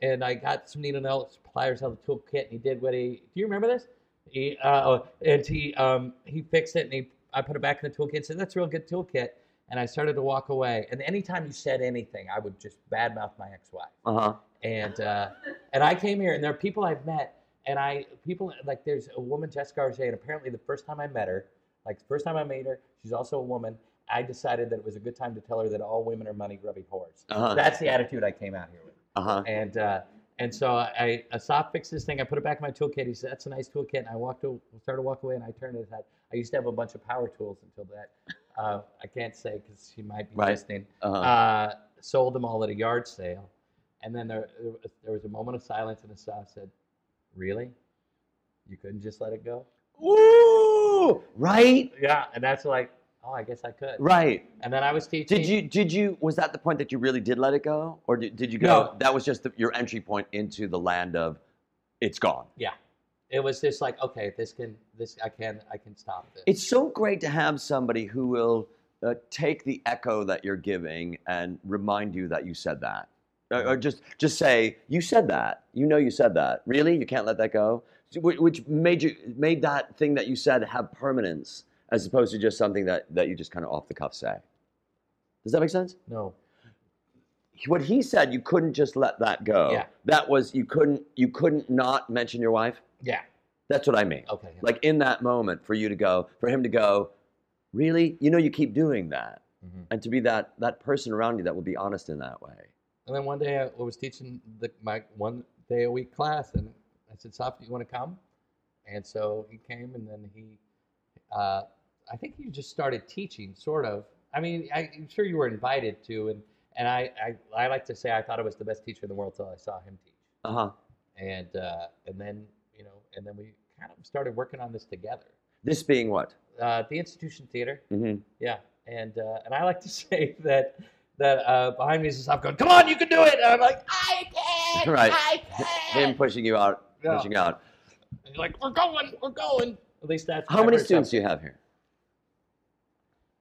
Speaker 3: and I got some needle and elk pliers out of the toolkit, and he did what he. Do you remember this? He uh, oh, and he um, he fixed it, and he I put it back in the toolkit. and Said that's a real good toolkit, and I started to walk away. And anytime you said anything, I would just badmouth my ex-wife
Speaker 2: Uh huh.
Speaker 3: and uh, and I came here, and there are people I've met, and I people like there's a woman Jessica Arce, and apparently the first time I met her, like the first time I made her, she's also a woman. I decided that it was a good time to tell her that all women are money grubby whores.
Speaker 2: Uh huh.
Speaker 3: That's the attitude I came out here with,
Speaker 2: Uh huh.
Speaker 3: and uh, and so I Asaf fixed this thing. I put it back in my toolkit. He said that's a nice toolkit, and I walked to, started to walk away, and I turned his head. I used to have a bunch of power tools until that. Uh, I can't say because she might be
Speaker 2: Right.
Speaker 3: listening
Speaker 2: Uh-huh.
Speaker 3: uh, sold them all at a yard sale. And then there, there was- there was a moment of silence, and Asaf said, Really? You couldn't just let it go?
Speaker 2: Ooh, right,
Speaker 3: Yeah. And that's like, Oh, I guess I could.
Speaker 2: right.
Speaker 3: And then I was teaching.
Speaker 2: Did you? Did you? Was that the point that you really did let it go, or did, did you go?
Speaker 3: No.
Speaker 2: That was just the, your entry point into the land of, it's gone.
Speaker 3: It was just like, Okay, this can, this, I can, I can stop this.
Speaker 2: It's so great to have somebody who will uh, take the echo that you're giving and remind you that you said that, or, or just just say you said that. You know you said that. Really, you can't let that go, Wh- which made you made that thing that you said have permanence as opposed to just something that that you just kind of off the cuff say. Does that make sense?
Speaker 3: no.
Speaker 2: What he said, you couldn't just let that go.
Speaker 3: Yeah.
Speaker 2: That was you couldn't you couldn't not mention your wife.
Speaker 3: Yeah.
Speaker 2: That's what I mean
Speaker 3: Okay. yeah.
Speaker 2: like in that moment for you to go for him to go really you know you keep doing that
Speaker 3: Mhm.
Speaker 2: and to be that that person around you that will be honest in that way
Speaker 3: And then one day I was teaching the, my one day a week class, and I said, "Saf, you want to come?" And so he came, and then he, uh, I think he just started teaching, sort of. I mean, I, I'm sure you were invited to, and and I, I I like to say I thought I was the best teacher in the world till I saw him teach,
Speaker 2: uh-huh
Speaker 3: and uh, and then you know, and then we kind of started working on this together.
Speaker 2: this being what
Speaker 3: Uh, the institution theater,
Speaker 2: mm-hmm.
Speaker 3: yeah, and uh, and I like to [laughs] say that that uh, behind me is Asaf going, "Come on, you can do it!" And I'm like, "I can,
Speaker 2: [laughs] Right.
Speaker 3: I
Speaker 2: him
Speaker 3: can."
Speaker 2: pushing you out
Speaker 3: Yeah.
Speaker 2: pushing out
Speaker 3: He's like, "We're going, we're going." At least that's
Speaker 2: how many students do you have here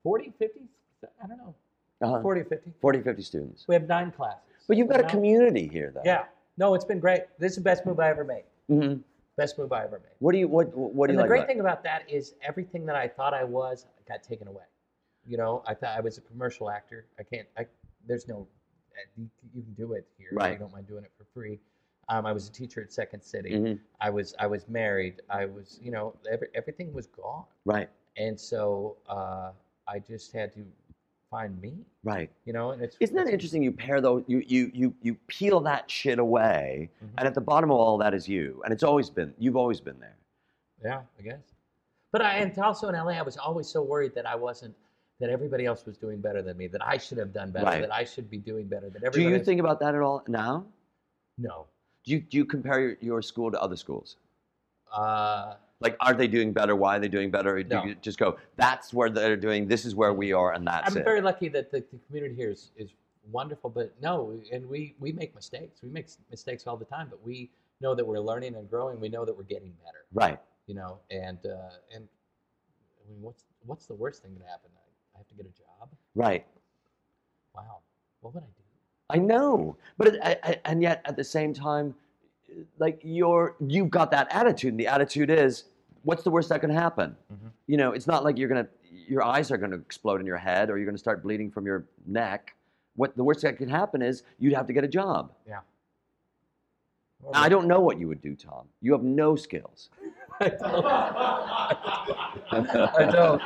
Speaker 3: 40, 50? I don't know.
Speaker 2: uh-huh. 40.
Speaker 3: 40, 50.
Speaker 2: 50 students
Speaker 3: We have nine classes.
Speaker 2: but you've got a
Speaker 3: Nine-
Speaker 2: community here though
Speaker 3: Yeah. No, it's been great. This is the best move I ever made.
Speaker 2: hmm
Speaker 3: Best move I ever made.
Speaker 2: what do you what what do
Speaker 3: and
Speaker 2: you
Speaker 3: the
Speaker 2: like
Speaker 3: great
Speaker 2: about it?
Speaker 3: thing about that is everything that I thought I was got taken away. You know, I thought I was a commercial actor. I can't. I there's no. eh, You you can do it here.
Speaker 2: Right.
Speaker 3: I don't mind doing it for free. Um, I was a teacher at Second City.
Speaker 2: Mhm.
Speaker 3: I was I was married. I was you know every, everything was gone,
Speaker 2: right
Speaker 3: and so uh, I just had to find me.
Speaker 2: right
Speaker 3: You know, and it's
Speaker 2: isn't that
Speaker 3: it's-
Speaker 2: interesting you pair though you you you you peel that shit away
Speaker 3: Mhm.
Speaker 2: and at the bottom of all that is you and it's always been you've always been there
Speaker 3: Yeah, I guess. But I and also in LA, I was always so worried that I wasn't that everybody else was doing better than me, that I should have done better,
Speaker 2: Right.
Speaker 3: that I should be doing better, that
Speaker 2: Do
Speaker 3: everybody.
Speaker 2: you think about that at all now?
Speaker 3: No.
Speaker 2: Do you, do you compare your, your school to other schools?
Speaker 3: Uh,
Speaker 2: Like, are they doing better? Why are they doing better? Or do
Speaker 3: No.
Speaker 2: you just go, that's where they're doing, this is where we are, and that's
Speaker 3: I'm
Speaker 2: it?
Speaker 3: very lucky that the, the community here is, is wonderful. But no, and we we make mistakes. We make s- mistakes all the time, but we know that we're learning and growing. We know that we're getting better.
Speaker 2: Right.
Speaker 3: You know, and uh, and I mean, what's what's the worst thing that happened? I, I have to get a job.
Speaker 2: Right.
Speaker 3: Wow, what would I
Speaker 2: I
Speaker 3: do?
Speaker 2: know, but it, I, I, and yet at the same time, like you're you've got that attitude, and the attitude is, what's the worst that can happen?
Speaker 3: Mhm.
Speaker 2: You know, it's not like you're gonna your eyes are gonna explode in your head, or you're gonna start bleeding from your neck. What the worst that can happen is you'd have to get a job. I don't know what you would do, Tom. You have no skills.
Speaker 3: [laughs] I don't. I don't.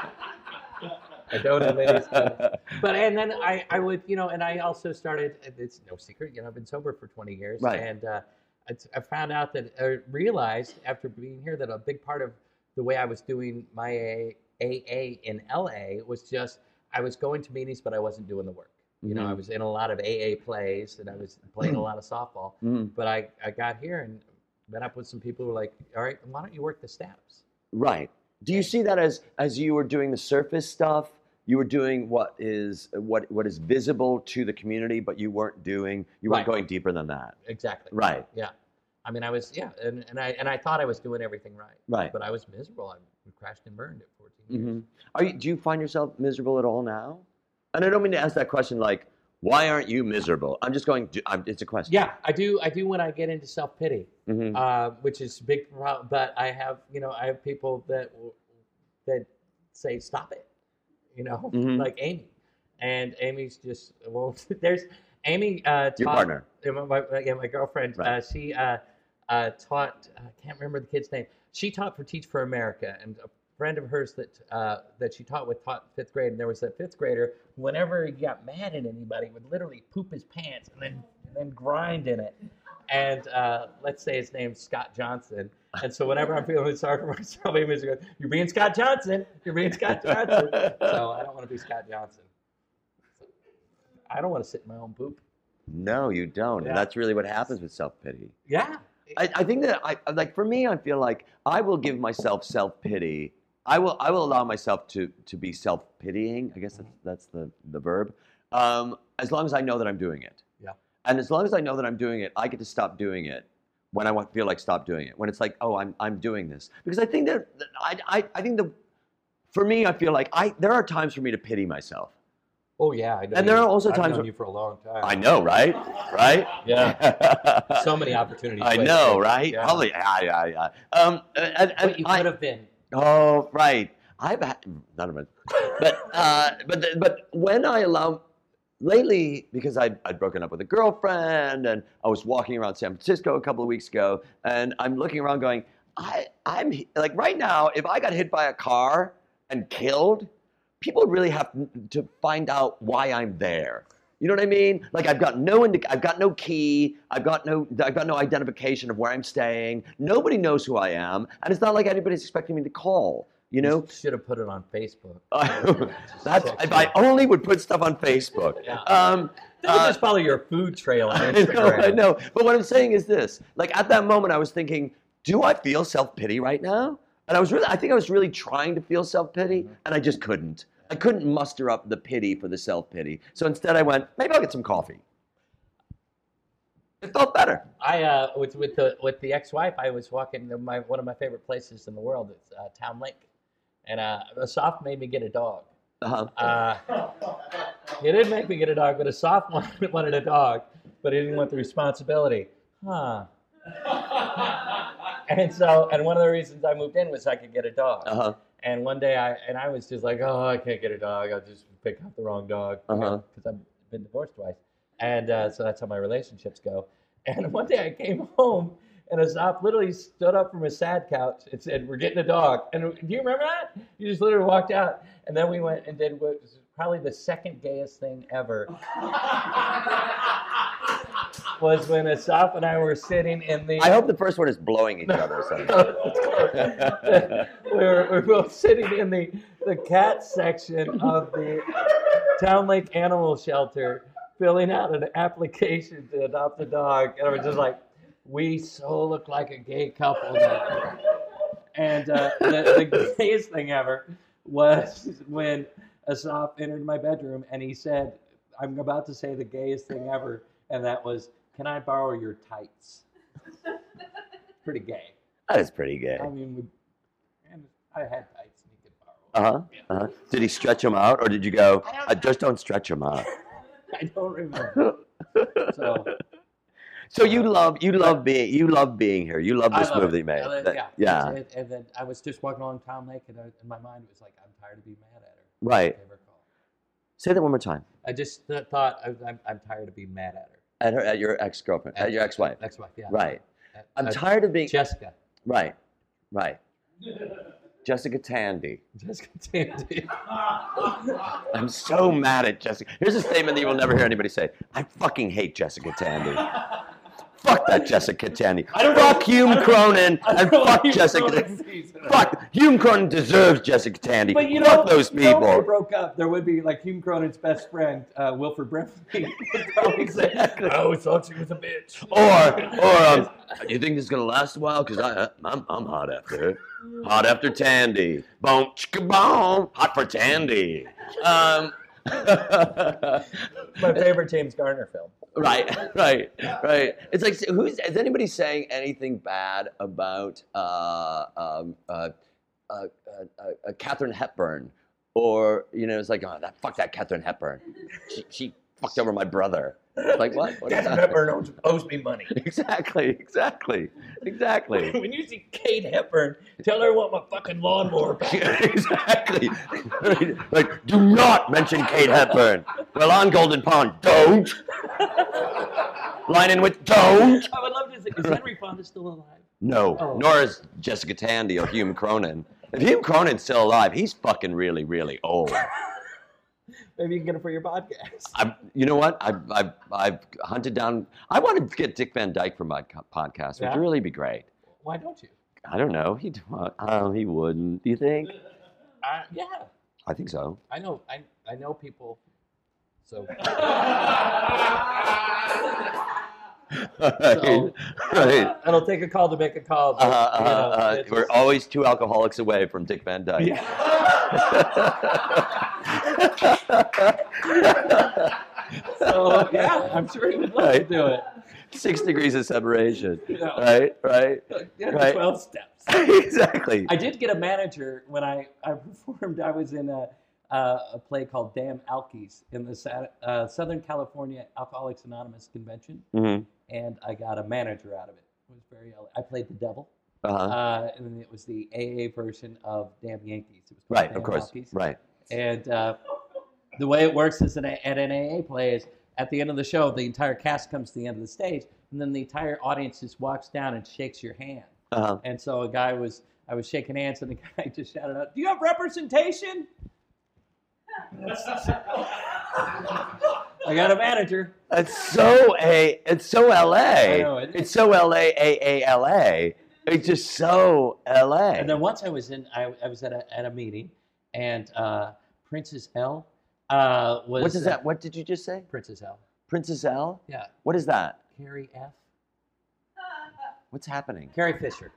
Speaker 3: I don't have any.
Speaker 2: [laughs]
Speaker 3: But and then I, I would, you know, and I also started. It's no secret, you know, I've been sober for 20 years,
Speaker 2: Right.
Speaker 3: and uh, I, I found out that I realized after being here that a big part of the way I was doing my A- AA in LA was just I was going to meetings, but I wasn't doing the work. You know, I was in a lot of AA plays, and I was playing a lot of softball.
Speaker 2: Mhm.
Speaker 3: But I, I got here and met up with some people who were like, all right, why don't you work the steps?
Speaker 2: Right. Do you see that as as you were doing the surface stuff, you were doing what is what what is visible to the community, but you weren't doing you weren't
Speaker 3: Right.
Speaker 2: going deeper than that.
Speaker 3: Exactly.
Speaker 2: Right.
Speaker 3: Yeah. I mean, I was, yeah. And, and I, and I thought I was doing everything right,
Speaker 2: Right.
Speaker 3: but I was miserable. I crashed and burned at 14 years.
Speaker 2: hmm Are you, do you find yourself miserable at all now? And I don't mean to ask that question like, why aren't you miserable? I'm just going. do- I'm, it's a question.
Speaker 3: Yeah, I do. I do when I get into self pity,
Speaker 2: Mhm.
Speaker 3: uh, which is a big problem. But I have, you know, I have people that w- that say, "Stop it," you know,
Speaker 2: Mhm.
Speaker 3: like Amy, and Amy's just well. [laughs] There's Amy. Uh,
Speaker 2: Your
Speaker 3: taught-
Speaker 2: partner.
Speaker 3: yeah, my, my, yeah, my girlfriend.
Speaker 2: Right.
Speaker 3: Uh, she uh, uh, taught. I can't remember the kid's name. She taught for Teach for America, and a friend of hers that uh, that she taught with taught fifth grade. And there was that fifth grader. Whenever he got mad at anybody, would literally poop his pants and then and then grind in it. And uh, let's say his name's Scott Johnson. And so whenever I'm feeling sorry for myself, [laughs] I'm just going, "You're being Scott Johnson. You're being Scott Johnson." so I don't want to be Scott Johnson. I don't want to sit in my own poop.
Speaker 2: No, you don't.
Speaker 3: Yeah.
Speaker 2: And that's really what happens with self pity.
Speaker 3: Yeah.
Speaker 2: I, I think that I I- like for me, I feel like I will give myself self pity. I will I will allow myself to to be self pitying. I guess that's that's the the verb. Um, as long as I know that I'm doing it.
Speaker 3: Yeah.
Speaker 2: And as long as I know that I'm doing it, I get to stop doing it when I want feel like stop doing it. When it's like, oh, I'm I'm doing this because I think that that I I, I think the for me, I feel like I there are times for me to pity myself.
Speaker 3: Oh yeah, I know.
Speaker 2: And there
Speaker 3: you.
Speaker 2: are also
Speaker 3: I've
Speaker 2: times
Speaker 3: known
Speaker 2: where-
Speaker 3: you for a long time.
Speaker 2: I know, right? Right? [laughs] Yeah.
Speaker 3: so many opportunities.
Speaker 2: I
Speaker 3: wasted.
Speaker 2: know, right?
Speaker 3: Yeah.
Speaker 2: Probably. Yeah, yeah, yeah. Um, and, and
Speaker 3: But you
Speaker 2: I-
Speaker 3: could have been.
Speaker 2: Oh, right. I've had none of it, but uh, but the- but when I allow lately because I'd, I'd broken up with a girlfriend and I was walking around San Francisco a couple of weeks ago and I'm looking around going I I'm he- like right now if I got hit by a car and killed people really have to find out why I'm there. You know what I mean? Like I've got no indic- I've got no key. I've got no I've got no identification of where I'm staying. Nobody knows who I am, and it's not like anybody's expecting me to call. You know, Uh,
Speaker 3: should have put it on Facebook.
Speaker 2: [laughs] that's if I only would put stuff on Facebook.
Speaker 3: Yeah.
Speaker 2: Um,
Speaker 3: They could
Speaker 2: uh, [laughs]
Speaker 3: just follow your food trail on
Speaker 2: I know,
Speaker 3: Instagram.
Speaker 2: I know. But what I'm saying is this: like at that moment, I was thinking, do I feel self pity right now? And I was really, I think I was really trying to feel self pity,
Speaker 3: Mm-hmm.
Speaker 2: and I just couldn't. I couldn't muster up the pity for the self pity. So instead, I went, maybe I'll get some coffee. It felt better.
Speaker 3: I uh, with with the with the ex-wife, I was walking to my one of my favorite places in the world. It's uh, Town Lake, and uh, a soft made me get a dog.
Speaker 2: Uh-huh.
Speaker 3: Uh, he didn't make me get a dog, but a soft [laughs] wanted, wanted a dog, but he didn't want the responsibility. Huh. and so, and one of the reasons I moved in was I could get a dog.
Speaker 2: Uh-huh.
Speaker 3: And one day I and I was just like, oh, I can't get a dog. I'll just pick up the wrong dog because
Speaker 2: Uh-huh.
Speaker 3: I've been divorced twice, and uh, so that's how my relationships go. And [laughs] one day I came home and Azaf literally stood up from his sad couch and said, "We're getting a dog." And do you remember that? You just literally walked out, and then we went and did what was probably the second gayest thing
Speaker 2: [laughs]
Speaker 3: ever. was when Asaf and I were sitting in the.
Speaker 2: I hope the first one is blowing each other. So.
Speaker 3: we [laughs] were, we were both sitting in the, the cat section of the Town Lake Animal Shelter, filling out an application to adopt a dog. And I was just like, we so look like a gay couple. now." And uh, the, the gayest thing ever was when Asaf entered my bedroom and he said, I'm about to say the gayest thing ever, and that was, "Can I borrow your tights?" Pretty gay.
Speaker 2: That is pretty gay.
Speaker 3: I mean, we- and I had tights, and he could borrow.
Speaker 2: Uh huh. Uh-huh. Did he stretch them out, or did you go?
Speaker 6: I don't
Speaker 2: I just don't stretch them out.
Speaker 3: [laughs] I don't remember.
Speaker 2: [laughs]
Speaker 3: So uh,
Speaker 2: So you love you love being you love being here. You love
Speaker 3: I
Speaker 2: this
Speaker 3: love
Speaker 2: move
Speaker 3: it.
Speaker 2: they made.
Speaker 3: I love-
Speaker 2: That-
Speaker 3: yeah.
Speaker 2: yeah.
Speaker 3: And, and then I was just walking along Tom Lake, and I, in my mind it was like, I'm tired of being mad at her.
Speaker 2: Right.
Speaker 3: Give her a call.
Speaker 2: Say that one more time.
Speaker 5: I just th- thought I, I'm, I'm tired of being mad at her.
Speaker 2: At her, at your ex girlfriend, at your ex wife.
Speaker 5: Next wife, yeah.
Speaker 2: Right.
Speaker 3: Uh,
Speaker 5: At-
Speaker 2: I'm
Speaker 5: at
Speaker 2: tired of being
Speaker 5: Jessica.
Speaker 2: right, right. Jessica Tandy.
Speaker 5: Jessica
Speaker 2: [laughs]
Speaker 5: Tandy.
Speaker 2: I'm so mad at Jessica. Here's a statement that you will never hear anybody say. I fucking hate Jessica Tandy. fuck that Jessica Tandy. fuck Hume Cronin
Speaker 3: [laughs]
Speaker 2: and fuck Jessica. fuck Hume Cronin deserves Jessica Tandy.
Speaker 3: But you
Speaker 2: fuck
Speaker 3: know,
Speaker 2: those
Speaker 3: you know if they
Speaker 2: people.
Speaker 3: broke up, there would be like Hume Cronin's best friend, uh, Wilford Brimley. [laughs]
Speaker 2: [laughs]
Speaker 3: Oh,
Speaker 2: exactly.
Speaker 5: always thought she was a bitch.
Speaker 2: Or or um, do [laughs] you think this is gonna last a while? Cause I I'm I'm hot after. Hot after Tandy. Boom chicka boom. Hot for Tandy. [laughs] Um.
Speaker 5: My favorite James Garner film.
Speaker 2: [laughs] Right, right, right. It's like who's is anybody saying anything bad about uh, um, uh, uh, uh, uh, uh, Catherine Hepburn? Or you know, it's like oh, that fuck that Catherine Hepburn. She, she fucked over my brother. Like what? what is that?
Speaker 5: owes, owes me money.
Speaker 2: Exactly, exactly,
Speaker 3: [laughs]
Speaker 2: exactly, [laughs]
Speaker 5: [laughs] when you see Kate Hepburn, tell her I want my fucking [laughs] lawnmower back.
Speaker 2: exactly. [laughs] like, do not mention Kate Hepburn. Well, on Golden Pond,
Speaker 3: [laughs]
Speaker 2: don't. Line in with don't.
Speaker 3: I would love to say, is Henry Fonda still alive?
Speaker 2: No,
Speaker 3: Oh.
Speaker 2: nor is Jessica Tandy or Hume Cronin. If Hume Cronin's still alive, he's fucking really, really old.
Speaker 5: Maybe you can get it for your podcast.
Speaker 2: I, you know what? I've, I've, I've hunted down. I wanted to get Dick Van Dyke for my co- podcast, which
Speaker 5: Yeah?
Speaker 2: would really be great.
Speaker 5: Why don't you?
Speaker 2: I don't know. He, oh, he wouldn't. Do you think?
Speaker 5: I, yeah,
Speaker 2: I think [laughs] so.
Speaker 5: I know. I, I know people. So
Speaker 2: right.
Speaker 5: So-
Speaker 3: [laughs]
Speaker 2: right.
Speaker 5: it'll take a call to make a call.
Speaker 2: Uh,
Speaker 5: but,
Speaker 2: uh,
Speaker 5: you know,
Speaker 2: uh,
Speaker 5: it's-
Speaker 2: we're always two alcoholics away from Dick Van Dyke.
Speaker 5: yeah.
Speaker 3: So yeah, I'm sure he would love
Speaker 2: Right.
Speaker 3: to do it.
Speaker 2: [laughs] Six degrees of separation.
Speaker 3: Yeah.
Speaker 2: Right, right. [laughs]
Speaker 3: Yeah,
Speaker 2: Uh, Right.
Speaker 3: twelve steps.
Speaker 2: exactly.
Speaker 3: I did get a manager when I, I [laughs] performed. I was in a, uh, a play called Damn Alkies in the Sa- uh, Southern California Alcoholics Anonymous convention,
Speaker 2: Mhm.
Speaker 3: and I got a manager out of it. It was very. ele- I played the devil,
Speaker 2: Uh-huh.
Speaker 3: uh, and then it was the AA version of Damn Yankees. It was called
Speaker 2: Right,
Speaker 3: Damn
Speaker 2: of course.
Speaker 3: Alkies.
Speaker 2: Right.
Speaker 3: And uh, the way it works is that at an AA play is at the end of the show, the entire cast comes to the end of the stage, and then the entire audience just walks down and shakes your hand.
Speaker 2: Uh-huh.
Speaker 3: And so a guy was, I was shaking hands, and the [laughs] guy just shouted out, "Do you have representation?" [laughs] I got a manager. [laughs]
Speaker 2: It's so a. It's so L.A.
Speaker 3: I know, it
Speaker 2: it's so L.A. A A L A. It's just so L.A.
Speaker 3: And then once I was in, I, I was at a, at a meeting, and uh, Princess L uh, was
Speaker 2: What does that? What did you just say?
Speaker 3: Princess L.
Speaker 2: Princess L.
Speaker 3: Yeah,
Speaker 2: What is that?
Speaker 3: Carrie F.
Speaker 2: What's happening?
Speaker 3: Carrie Fisher.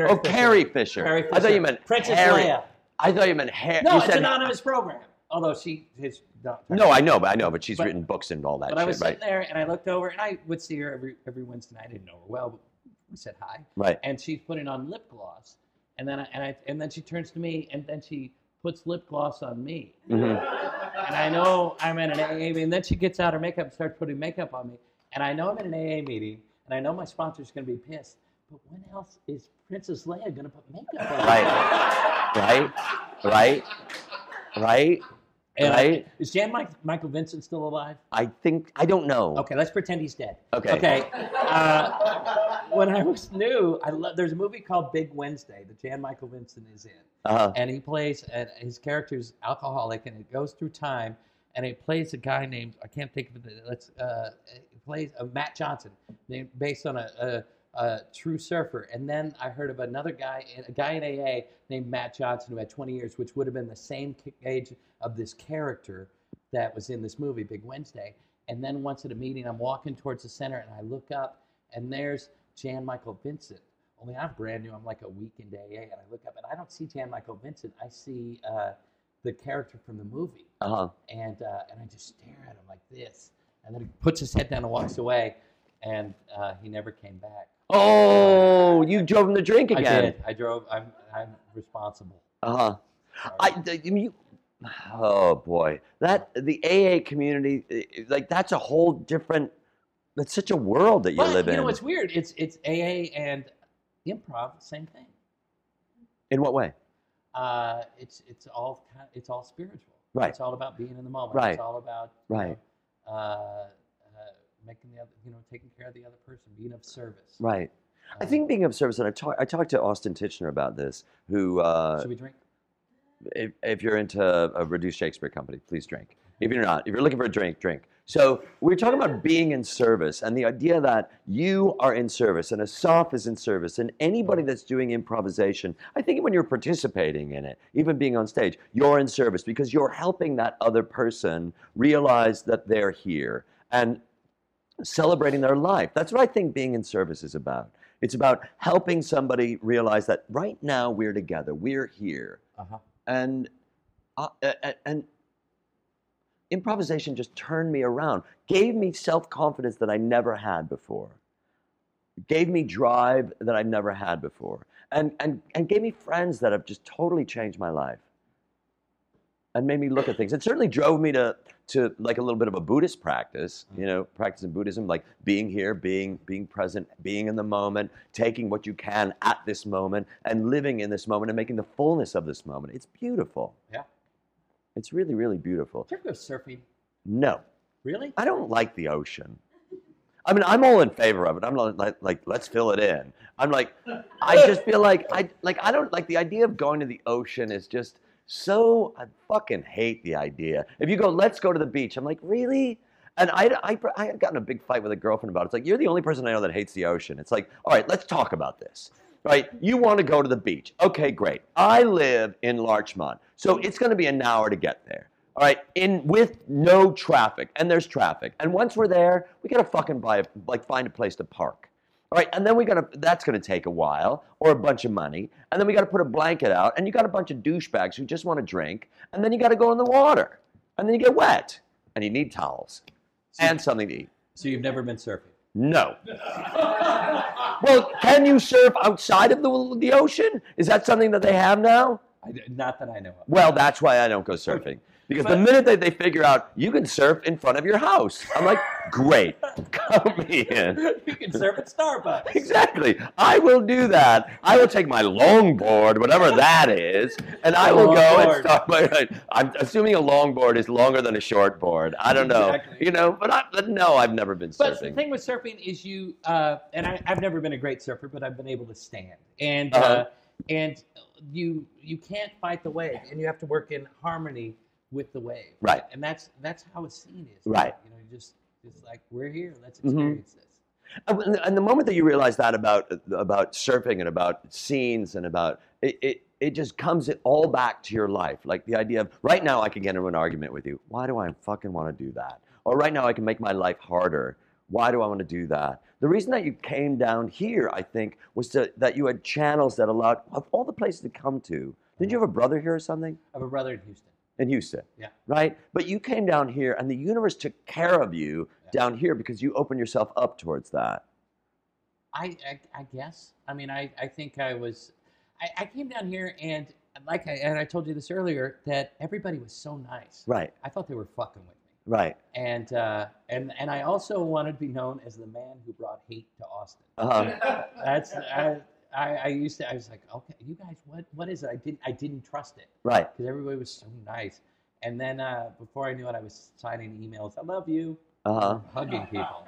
Speaker 2: oh, Carrie Fisher.
Speaker 3: Carrie
Speaker 2: I thought
Speaker 3: Fisher.
Speaker 2: you meant
Speaker 3: Princess
Speaker 2: Harry.
Speaker 3: Leia.
Speaker 2: I thought you meant Harry.
Speaker 3: No,
Speaker 2: you
Speaker 3: it's
Speaker 2: said,
Speaker 3: an anonymous program. Although she is not.
Speaker 2: No, I know, but I know, but she's
Speaker 3: But-
Speaker 2: written books and all that
Speaker 3: But
Speaker 2: shit,
Speaker 3: I was
Speaker 2: right?
Speaker 3: sitting there and I looked over and I would see her every every Wednesday night. I didn't know her well, but we said hi.
Speaker 2: Right.
Speaker 3: And she's putting on lip gloss, and then I, and I and then she turns to me and then she puts lip gloss on me.
Speaker 2: Mhm.
Speaker 3: And I know I'm at an AA meeting. And then she gets out her makeup and starts putting makeup on me. And I know I'm at an AA meeting and I know my sponsor's going to be pissed. But when else is Princess Leia going to put makeup on?
Speaker 2: Right. Right. Right. Right.
Speaker 3: And I-
Speaker 2: right.
Speaker 3: is Jan Mike, Michael Vincent still alive?
Speaker 2: I think I don't know.
Speaker 3: Okay, let's pretend he's dead.
Speaker 2: Okay.
Speaker 3: Okay. Uh, when I was new, I love. There's a movie called Big Wednesday that Jan Michael Vincent is in,
Speaker 2: Uh-huh.
Speaker 3: and he plays. And his character's alcoholic, and it goes through time, and it plays a guy named I can't think of it. Let's. Uh, it plays uh, Matt Johnson, named, based on a, a, a true surfer. And then I heard of another guy, a guy in AA named Matt Johnson who had 20 years, which would have been the same ki- age of this character that was in this movie, Big Wednesday. And then once at a meeting, I'm walking towards the center and I look up and there's Jan Michael Vincent. Only I'm brand new. I'm like a week into AA, and I look up and I don't see Jan Michael Vincent. I see uh, the character from the movie,
Speaker 2: Uh huh.
Speaker 3: and uh, and I just stare at him like this, and then he puts his head down and walks away, and uh, he never came back.
Speaker 2: Oh, you drove him to drink again.
Speaker 3: I did. I drove. I'm I'm responsible.
Speaker 2: Uh huh. I, the- I mean, you, oh boy, that the AA community, eh, like that's a whole different. That's such a world that you
Speaker 3: but
Speaker 2: live
Speaker 3: you know
Speaker 2: in.
Speaker 3: what's weird? It's it's AA and improv, same thing.
Speaker 2: in what way?
Speaker 3: Uh, it's it's all kind. It's all spiritual.
Speaker 2: Right.
Speaker 3: It's all about being in the moment.
Speaker 2: Right.
Speaker 3: It's all about you
Speaker 2: Right.
Speaker 3: know, uh, uh, making the other, you know, taking care of the other person, being of service.
Speaker 2: Right. I
Speaker 3: Uh,
Speaker 2: think being of service, and I talked I talked to Austin Titchener about this. Who, uh,
Speaker 3: Should we drink?
Speaker 2: if, if you're into a reduced Shakespeare company, please drink. If you're not, if you're looking for a drink, drink. So we're talking about being in service and the idea that you are in service and Asaf is in service and anybody that's doing improvisation. I think when you're participating in it, even being on stage, you're in service because you're helping that other person realize that they're here and celebrating their life. That's what I think being in service is about. It's about helping somebody realize that right now we're together, we're here,
Speaker 5: Uh-huh.
Speaker 2: and uh, and, and improvisation just turned me around, gave me self confidence that I never had before, gave me drive that I never had before, and and and gave me friends that have just totally changed my life. And made me look at things. It certainly drove me to to like a little bit of a Buddhist practice, you know, practicing Buddhism, like being here, being being present, being in the moment, taking what you can at this moment, and living in this moment, and making the fullness of this moment. It's beautiful.
Speaker 3: Yeah.
Speaker 2: it's really, really beautiful.
Speaker 3: Did you ever go surfing?
Speaker 2: No,
Speaker 3: Really?
Speaker 2: I don't like the ocean. I mean, I'm all in favor of it. I'm not like, like let's fill it in. I'm like, I just feel like I like I don't like the idea of going to the ocean is just so I fucking hate the idea. If you go, let's go to the beach. I'm like, really? And I, I, I had gotten a big fight with a girlfriend about it. It's like, you're the only person I know that hates the ocean. It's like, all right, let's talk about this. Right? You want to go to the beach. Okay, great. I live in Larchmont. So it's going to be an hour to get there. All right, in with no traffic, and there's traffic. And once we're there, we gotta fucking buy a, like find a place to park. All right, and then we gotta that's gonna take a while or a bunch of money, and then we gotta put a blanket out, and you got a bunch of douchebags who just want to drink, and then you gotta go in the water, and then you get wet, and you need towels, and something to eat.
Speaker 3: So you've never been surfing?
Speaker 2: No. well, can you surf outside of the the ocean? Is that something that they have now?
Speaker 3: I d not that I
Speaker 2: [laughs]
Speaker 3: know of.
Speaker 2: Well, that's why I don't go surfing. Because the minute that they figure out you can surf in front of your house, I'm like, great, come in.
Speaker 3: you can surf at Starbucks.
Speaker 2: Exactly. I will do that. I will take my longboard, whatever that is, and I will go and
Speaker 3: Longboard.
Speaker 2: start my. right. I'm assuming a longboard is longer than a shortboard. I don't know.
Speaker 3: Exactly.
Speaker 2: You know, but, I, but no, I've never been
Speaker 3: But the
Speaker 2: surfing.
Speaker 3: thing with surfing is you, uh, and I, I've never been a great surfer, but I've been able to stand, and uh
Speaker 2: Uh-huh.
Speaker 3: and you you can't fight the wave, and you have to work in harmony with the wave,
Speaker 2: Right.
Speaker 3: And that's that's how a scene is,
Speaker 2: Right.
Speaker 3: You know, you just just like we're here, let's
Speaker 2: Mhm.
Speaker 3: experience this.
Speaker 2: And the- and the moment that you realize that about about surfing and about scenes and about it, it, it just comes it all back to your life. Like the idea of right now I can get into an argument with you. Why do I fucking want to do that? Or right now I can make my life harder. Why do I want to do that? The reason that you came down here, I think, was to, that you had channels that allowed of all the places to come to. Did you have a brother here or something?
Speaker 3: I have a brother in Houston.
Speaker 2: in Houston.
Speaker 3: Yeah.
Speaker 2: Right? But you came down here and the universe took care of you
Speaker 3: Yeah.
Speaker 2: down here because you opened yourself up towards that.
Speaker 3: I, I, I guess. I mean, I, I think I was, I, I came down here and like I, and I told you this earlier that everybody was so nice.
Speaker 2: Right,
Speaker 3: I thought they were fucking with me.
Speaker 2: right.
Speaker 3: And, uh, and, and I also wanted to be known as the man who brought hate to Austin.
Speaker 2: Uh-huh.
Speaker 3: That's, I, I, I used to, I was like, okay, you guys, what, what is it? I didn't, I didn't trust it
Speaker 2: Right.
Speaker 3: because everybody was so nice. And then, uh, before I knew it, I was signing emails. I love you.
Speaker 2: Uh-huh.
Speaker 3: Hugging people.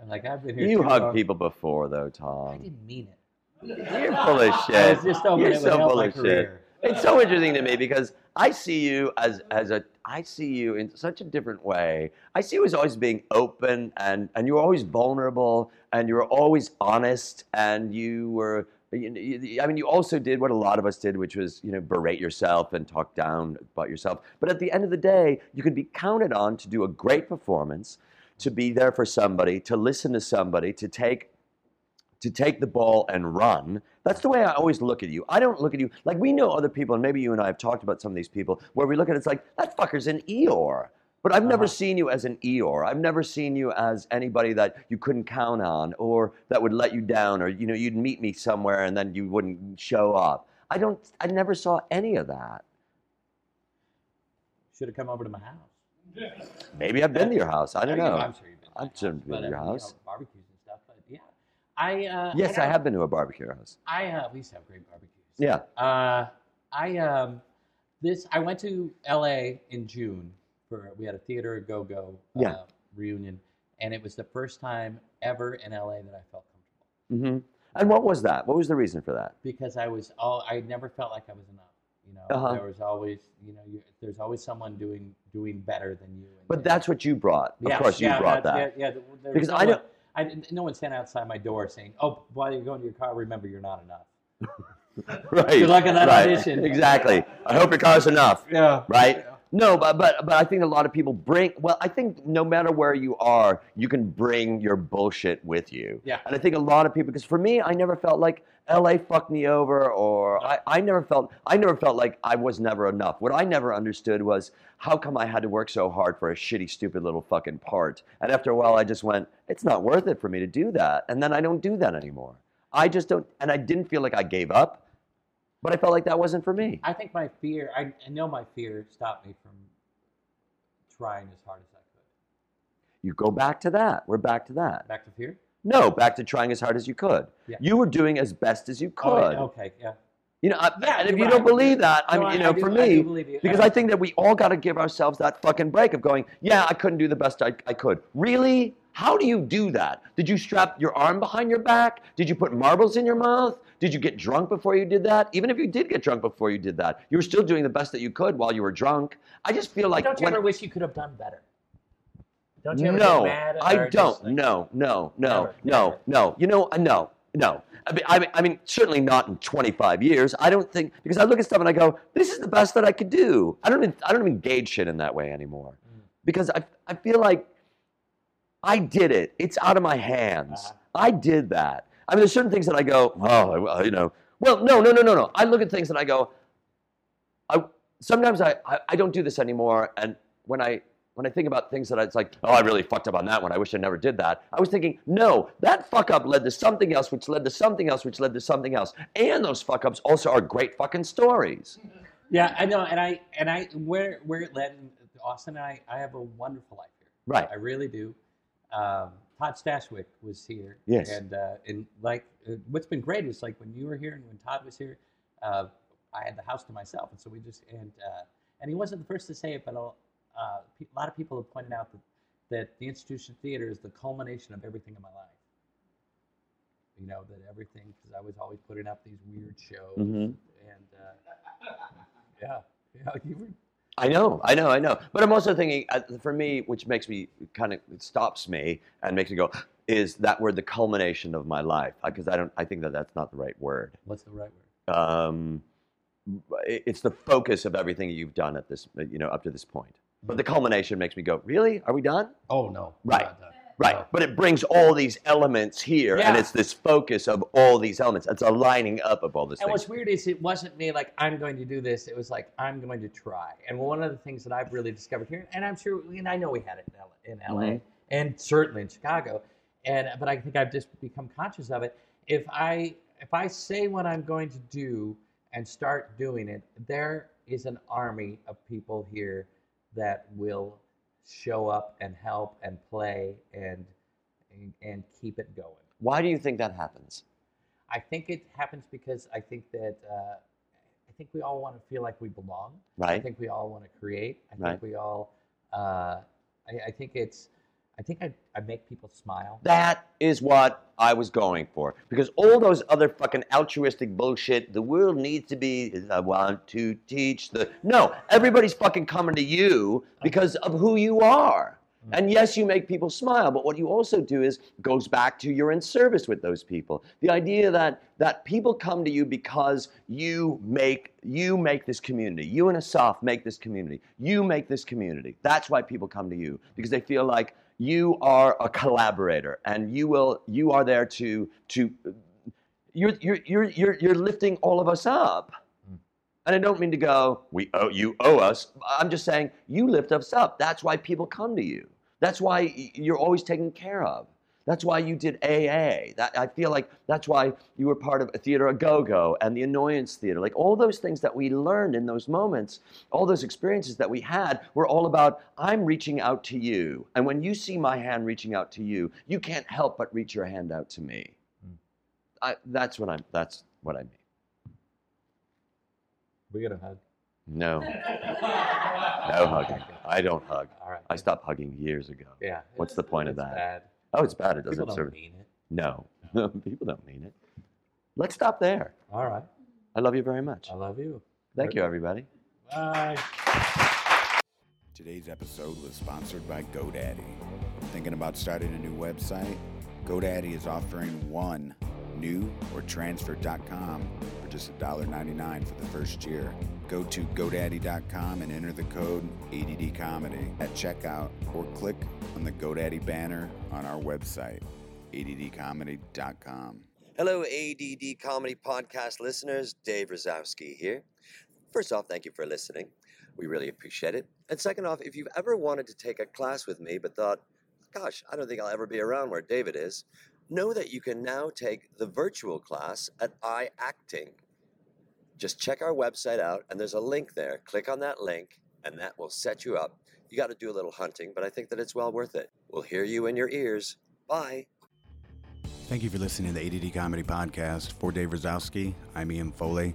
Speaker 3: I'm like, I've been here.
Speaker 2: You
Speaker 3: too
Speaker 2: hugged
Speaker 3: long.
Speaker 2: people before though,
Speaker 3: I
Speaker 2: Tom.
Speaker 3: didn't mean it.
Speaker 2: You're full of
Speaker 3: I
Speaker 2: shit.
Speaker 3: was just hoping
Speaker 2: You're
Speaker 3: it would
Speaker 2: so
Speaker 3: help
Speaker 2: full
Speaker 3: my
Speaker 2: of shit.
Speaker 3: career.
Speaker 2: It's so interesting to me because I see you as as a I see you in such a different way. I see you as always being open and and you were always vulnerable and you were always honest and you were you- you- I mean, you also did what a lot of us did, which was, you know, berate yourself and talk down about yourself. But at the end of the day, you could be counted on to do a great performance, to be there for somebody, to listen to somebody, to take to take the ball and run. That's the way I always look at you. I don't look at you like we know other people, and maybe you and I have talked about some of these people where we look at it, it's like that fucker's an Eeyore. But I've never seen you as an Eeyore. I've never seen you as anybody that you couldn't count on or that would let you down or you know you'd meet me somewhere and then you wouldn't show up. I don't I never saw any of that.
Speaker 7: Should have come over to my house.
Speaker 2: Maybe I've been to your house. I don't
Speaker 3: Yeah,
Speaker 2: know.
Speaker 3: I'm sure you've been.
Speaker 2: I've been to
Speaker 3: but,
Speaker 2: your
Speaker 3: uh, you
Speaker 2: house.
Speaker 3: know, barbecues and stuff. But yeah, I. Uh,
Speaker 2: Yes, I
Speaker 3: don't-
Speaker 2: have been to a barbecue house.
Speaker 3: I uh, we used to have great barbecues.
Speaker 2: Yeah.
Speaker 3: Uh, I um, this I went to L.A. in June for we had a theater a go go uh,
Speaker 2: Yeah.
Speaker 3: reunion, and it was the first time ever in L.A. that I felt comfortable
Speaker 2: hmm And what was that? What was the reason for that?
Speaker 3: because I was all I never felt like I was enough. You know,
Speaker 2: Uh-huh.
Speaker 3: there was always you know you, there's always someone doing doing better than you. And,
Speaker 2: But that's what you brought. Of course, you brought that.
Speaker 3: Yeah, yeah, there- there was
Speaker 2: Because
Speaker 3: no
Speaker 2: I don't-
Speaker 3: one- I didn't, no one stand outside my door saying, "Oh, while you're going to your car, remember you're not enough."
Speaker 2: Right.
Speaker 3: Good luck on that
Speaker 2: right. [laughs]
Speaker 3: audition.
Speaker 2: Exactly. I hope your car's enough.
Speaker 3: Yeah.
Speaker 2: Right. No, but, but but I think a lot of people bring. Well, I think no matter where you are, you can bring your bullshit with you.
Speaker 3: Yeah.
Speaker 2: And I think a lot of people, because for me, I never felt like L.A. fucked me over, or I, I never felt I never felt like I was never enough. What I never understood was how come I had to work so hard for a shitty, stupid little fucking part. And after a while, I just went, it's not worth it for me to do that. And then I don't do that anymore. I just don't. And I didn't feel like I gave up, but I felt like that wasn't for me.
Speaker 3: I think my fear, I, I know my fear stopped me from trying as hard as I could.
Speaker 2: You go back to that. We're back to that.
Speaker 3: Back to fear?
Speaker 2: No, back to trying as hard as you could.
Speaker 3: Yeah.
Speaker 2: You were doing as best as you
Speaker 3: Oh,
Speaker 2: could.
Speaker 3: wait, okay, yeah.
Speaker 2: You know, I,
Speaker 3: Yeah,
Speaker 2: and if
Speaker 3: you're
Speaker 2: you
Speaker 3: right.
Speaker 2: don't believe that, I
Speaker 3: No,
Speaker 2: mean, you
Speaker 3: I-
Speaker 2: know,
Speaker 3: I do-
Speaker 2: for
Speaker 3: I do
Speaker 2: me,
Speaker 3: believe you.
Speaker 2: because I think that we all got to give ourselves that fucking break of going, yeah, I couldn't do the best I, I could. Really? How do you do that? Did you strap your arm behind your back? Did you put marbles in your mouth? Did you get drunk before you did that? Even if you did get drunk before you did that, you were still doing the best that you could while you were drunk. I just feel like
Speaker 3: Don't you
Speaker 2: when-
Speaker 3: ever wish you could have done better? Don't you ever
Speaker 2: no,
Speaker 3: get mad at
Speaker 2: I
Speaker 3: or just
Speaker 2: don't.
Speaker 3: like-
Speaker 2: no, no, no,
Speaker 3: Never,
Speaker 2: no,
Speaker 3: never.
Speaker 2: no. You know, uh, no, no. I mean, I mean, I mean, certainly not in 25 years. I don't think because I look at stuff and I go, "This is the best that I could do." I don't even, I don't even gauge shit in that way anymore, because I, I feel like I did it. It's out of my hands.
Speaker 3: Uh-huh.
Speaker 2: I did that. I mean, there's certain things that I go, "Oh, I- I- you know." Well, no, no, no, no, no. I look at things and I go, I sometimes I, I, I don't do this anymore. And when I when I think about things that I, it's like, oh, I really fucked up on that one. I wish I never did that. I was thinking, no, that fuck up led to something else, which led to something else, which led to something else. And those fuck ups also are great fucking stories.
Speaker 3: Yeah, I know, and I and I where where it led Austin and I I have a wonderful life here.
Speaker 2: Right.
Speaker 3: I really do. Um, Todd Stashwick was here.
Speaker 2: Yes.
Speaker 3: And uh, and like uh, what's been great is like when you were here and when Todd was here, uh, I had the house to myself, and so we just and uh, and he wasn't the first to say it, but a, uh, pe- a lot of people have pointed out that that the institution theater is the culmination of everything in my life. You know that everything because I was always putting up these weird shows
Speaker 2: Mhm.
Speaker 3: and. Uh, [laughs] yeah. Yeah. You were,
Speaker 2: I know, I know, I know. But I'm also thinking, uh, for me, which makes me kind of it stops me and makes me go, is that word the culmination of my life? Because I don't, I think that that's not the right word.
Speaker 3: what's the right word?
Speaker 2: um, it- it's the focus of everything you've done at this, you know, up to this point. But the culmination makes me go, really? Are we done?
Speaker 3: Oh no.
Speaker 2: we're Right. not Right.
Speaker 3: No.
Speaker 2: But it brings all these elements here, and
Speaker 3: Yeah.
Speaker 2: it's this focus of all these elements. It's a lining up of all this.
Speaker 3: And
Speaker 2: things.
Speaker 3: what's weird is it wasn't me like I'm going to do this. It was like I'm going to try. And one of the things that I've really discovered here, and I'm sure, and I know we had it in LA, in LA
Speaker 2: Mhm.
Speaker 3: and certainly in Chicago, and but I think I've just become conscious of it. If I if I say what I'm going to do and start doing it, there is an army of people here that will show up and help and play and and, and keep it going.
Speaker 2: Why do you think that happens?
Speaker 3: I think it happens because I think that uh, I think we all want to feel like we belong. I
Speaker 2: Right.
Speaker 3: think we all want to create. I
Speaker 2: Right.
Speaker 3: think we all. Uh, I, I think it's. I think I, I make people smile.
Speaker 2: That is what I was going for. Because all those other fucking altruistic bullshit, the world needs to be, I want to teach the. No, everybody's fucking coming to you because of who you are. And yes, you make people smile, but what you also do is goes back to you're in service with those people. The idea that that people come to you because you make you make this community. You and Asaf make this community. You make this community. That's why people come to you because they feel like you are a collaborator and you will you are there to to you're you're you're you're, you're lifting all of us up. And I don't mean to go, we owe you owe us. I'm just saying you lift us up. That's why people come to you. That's why y- you're always taken care of. That's why you did AA. That I feel like that's why you were part of a theater a go-go and the annoyance theater. Like all those things that we learned in those moments, all those experiences that we had were all about I'm reaching out to you. And when you see my hand reaching out to you, you can't help but reach your hand out to me.
Speaker 5: Hmm.
Speaker 2: I, that's what I'm that's what I mean.
Speaker 5: We're gonna hug. [laughs]
Speaker 2: No. No hugging. I don't hug.
Speaker 5: All right.
Speaker 2: I stopped hugging years ago.
Speaker 5: yeah.
Speaker 2: What's the point of
Speaker 5: it's
Speaker 2: that?
Speaker 5: bad.
Speaker 2: Oh, it's bad. It
Speaker 5: People
Speaker 2: doesn't
Speaker 5: don't
Speaker 2: serve.
Speaker 5: mean it.
Speaker 2: No, [laughs] people don't mean it. Let's stop there.
Speaker 5: All right.
Speaker 2: I love you very much.
Speaker 5: I love you.
Speaker 2: Thank you, everybody.
Speaker 5: Bye.
Speaker 1: Today's episode was sponsored by GoDaddy. Thinking about starting a new website? GoDaddy is offering one new or transfer.com for just $1.99 for the first year. Go to GoDaddy.com and enter the code ADDComedy at checkout or click on the GoDaddy banner on our website, ADDComedy.com.
Speaker 2: Hello, ADD Comedy Podcast listeners. Dave Rosowski here. First off, thank you for listening. We really appreciate it. And second off, if you've ever wanted to take a class with me but thought, gosh, I don't think I'll ever be around where David is, know that you can now take the virtual class at iActing. Just check our website out, and there's a link there. Click on that link, and that will set you up. You got to do a little hunting, but I think that it's well worth it. We'll hear you in your ears. Bye.
Speaker 1: Thank you for listening to the ADD Comedy Podcast. For Dave Rosowski, I'm Ian Foley.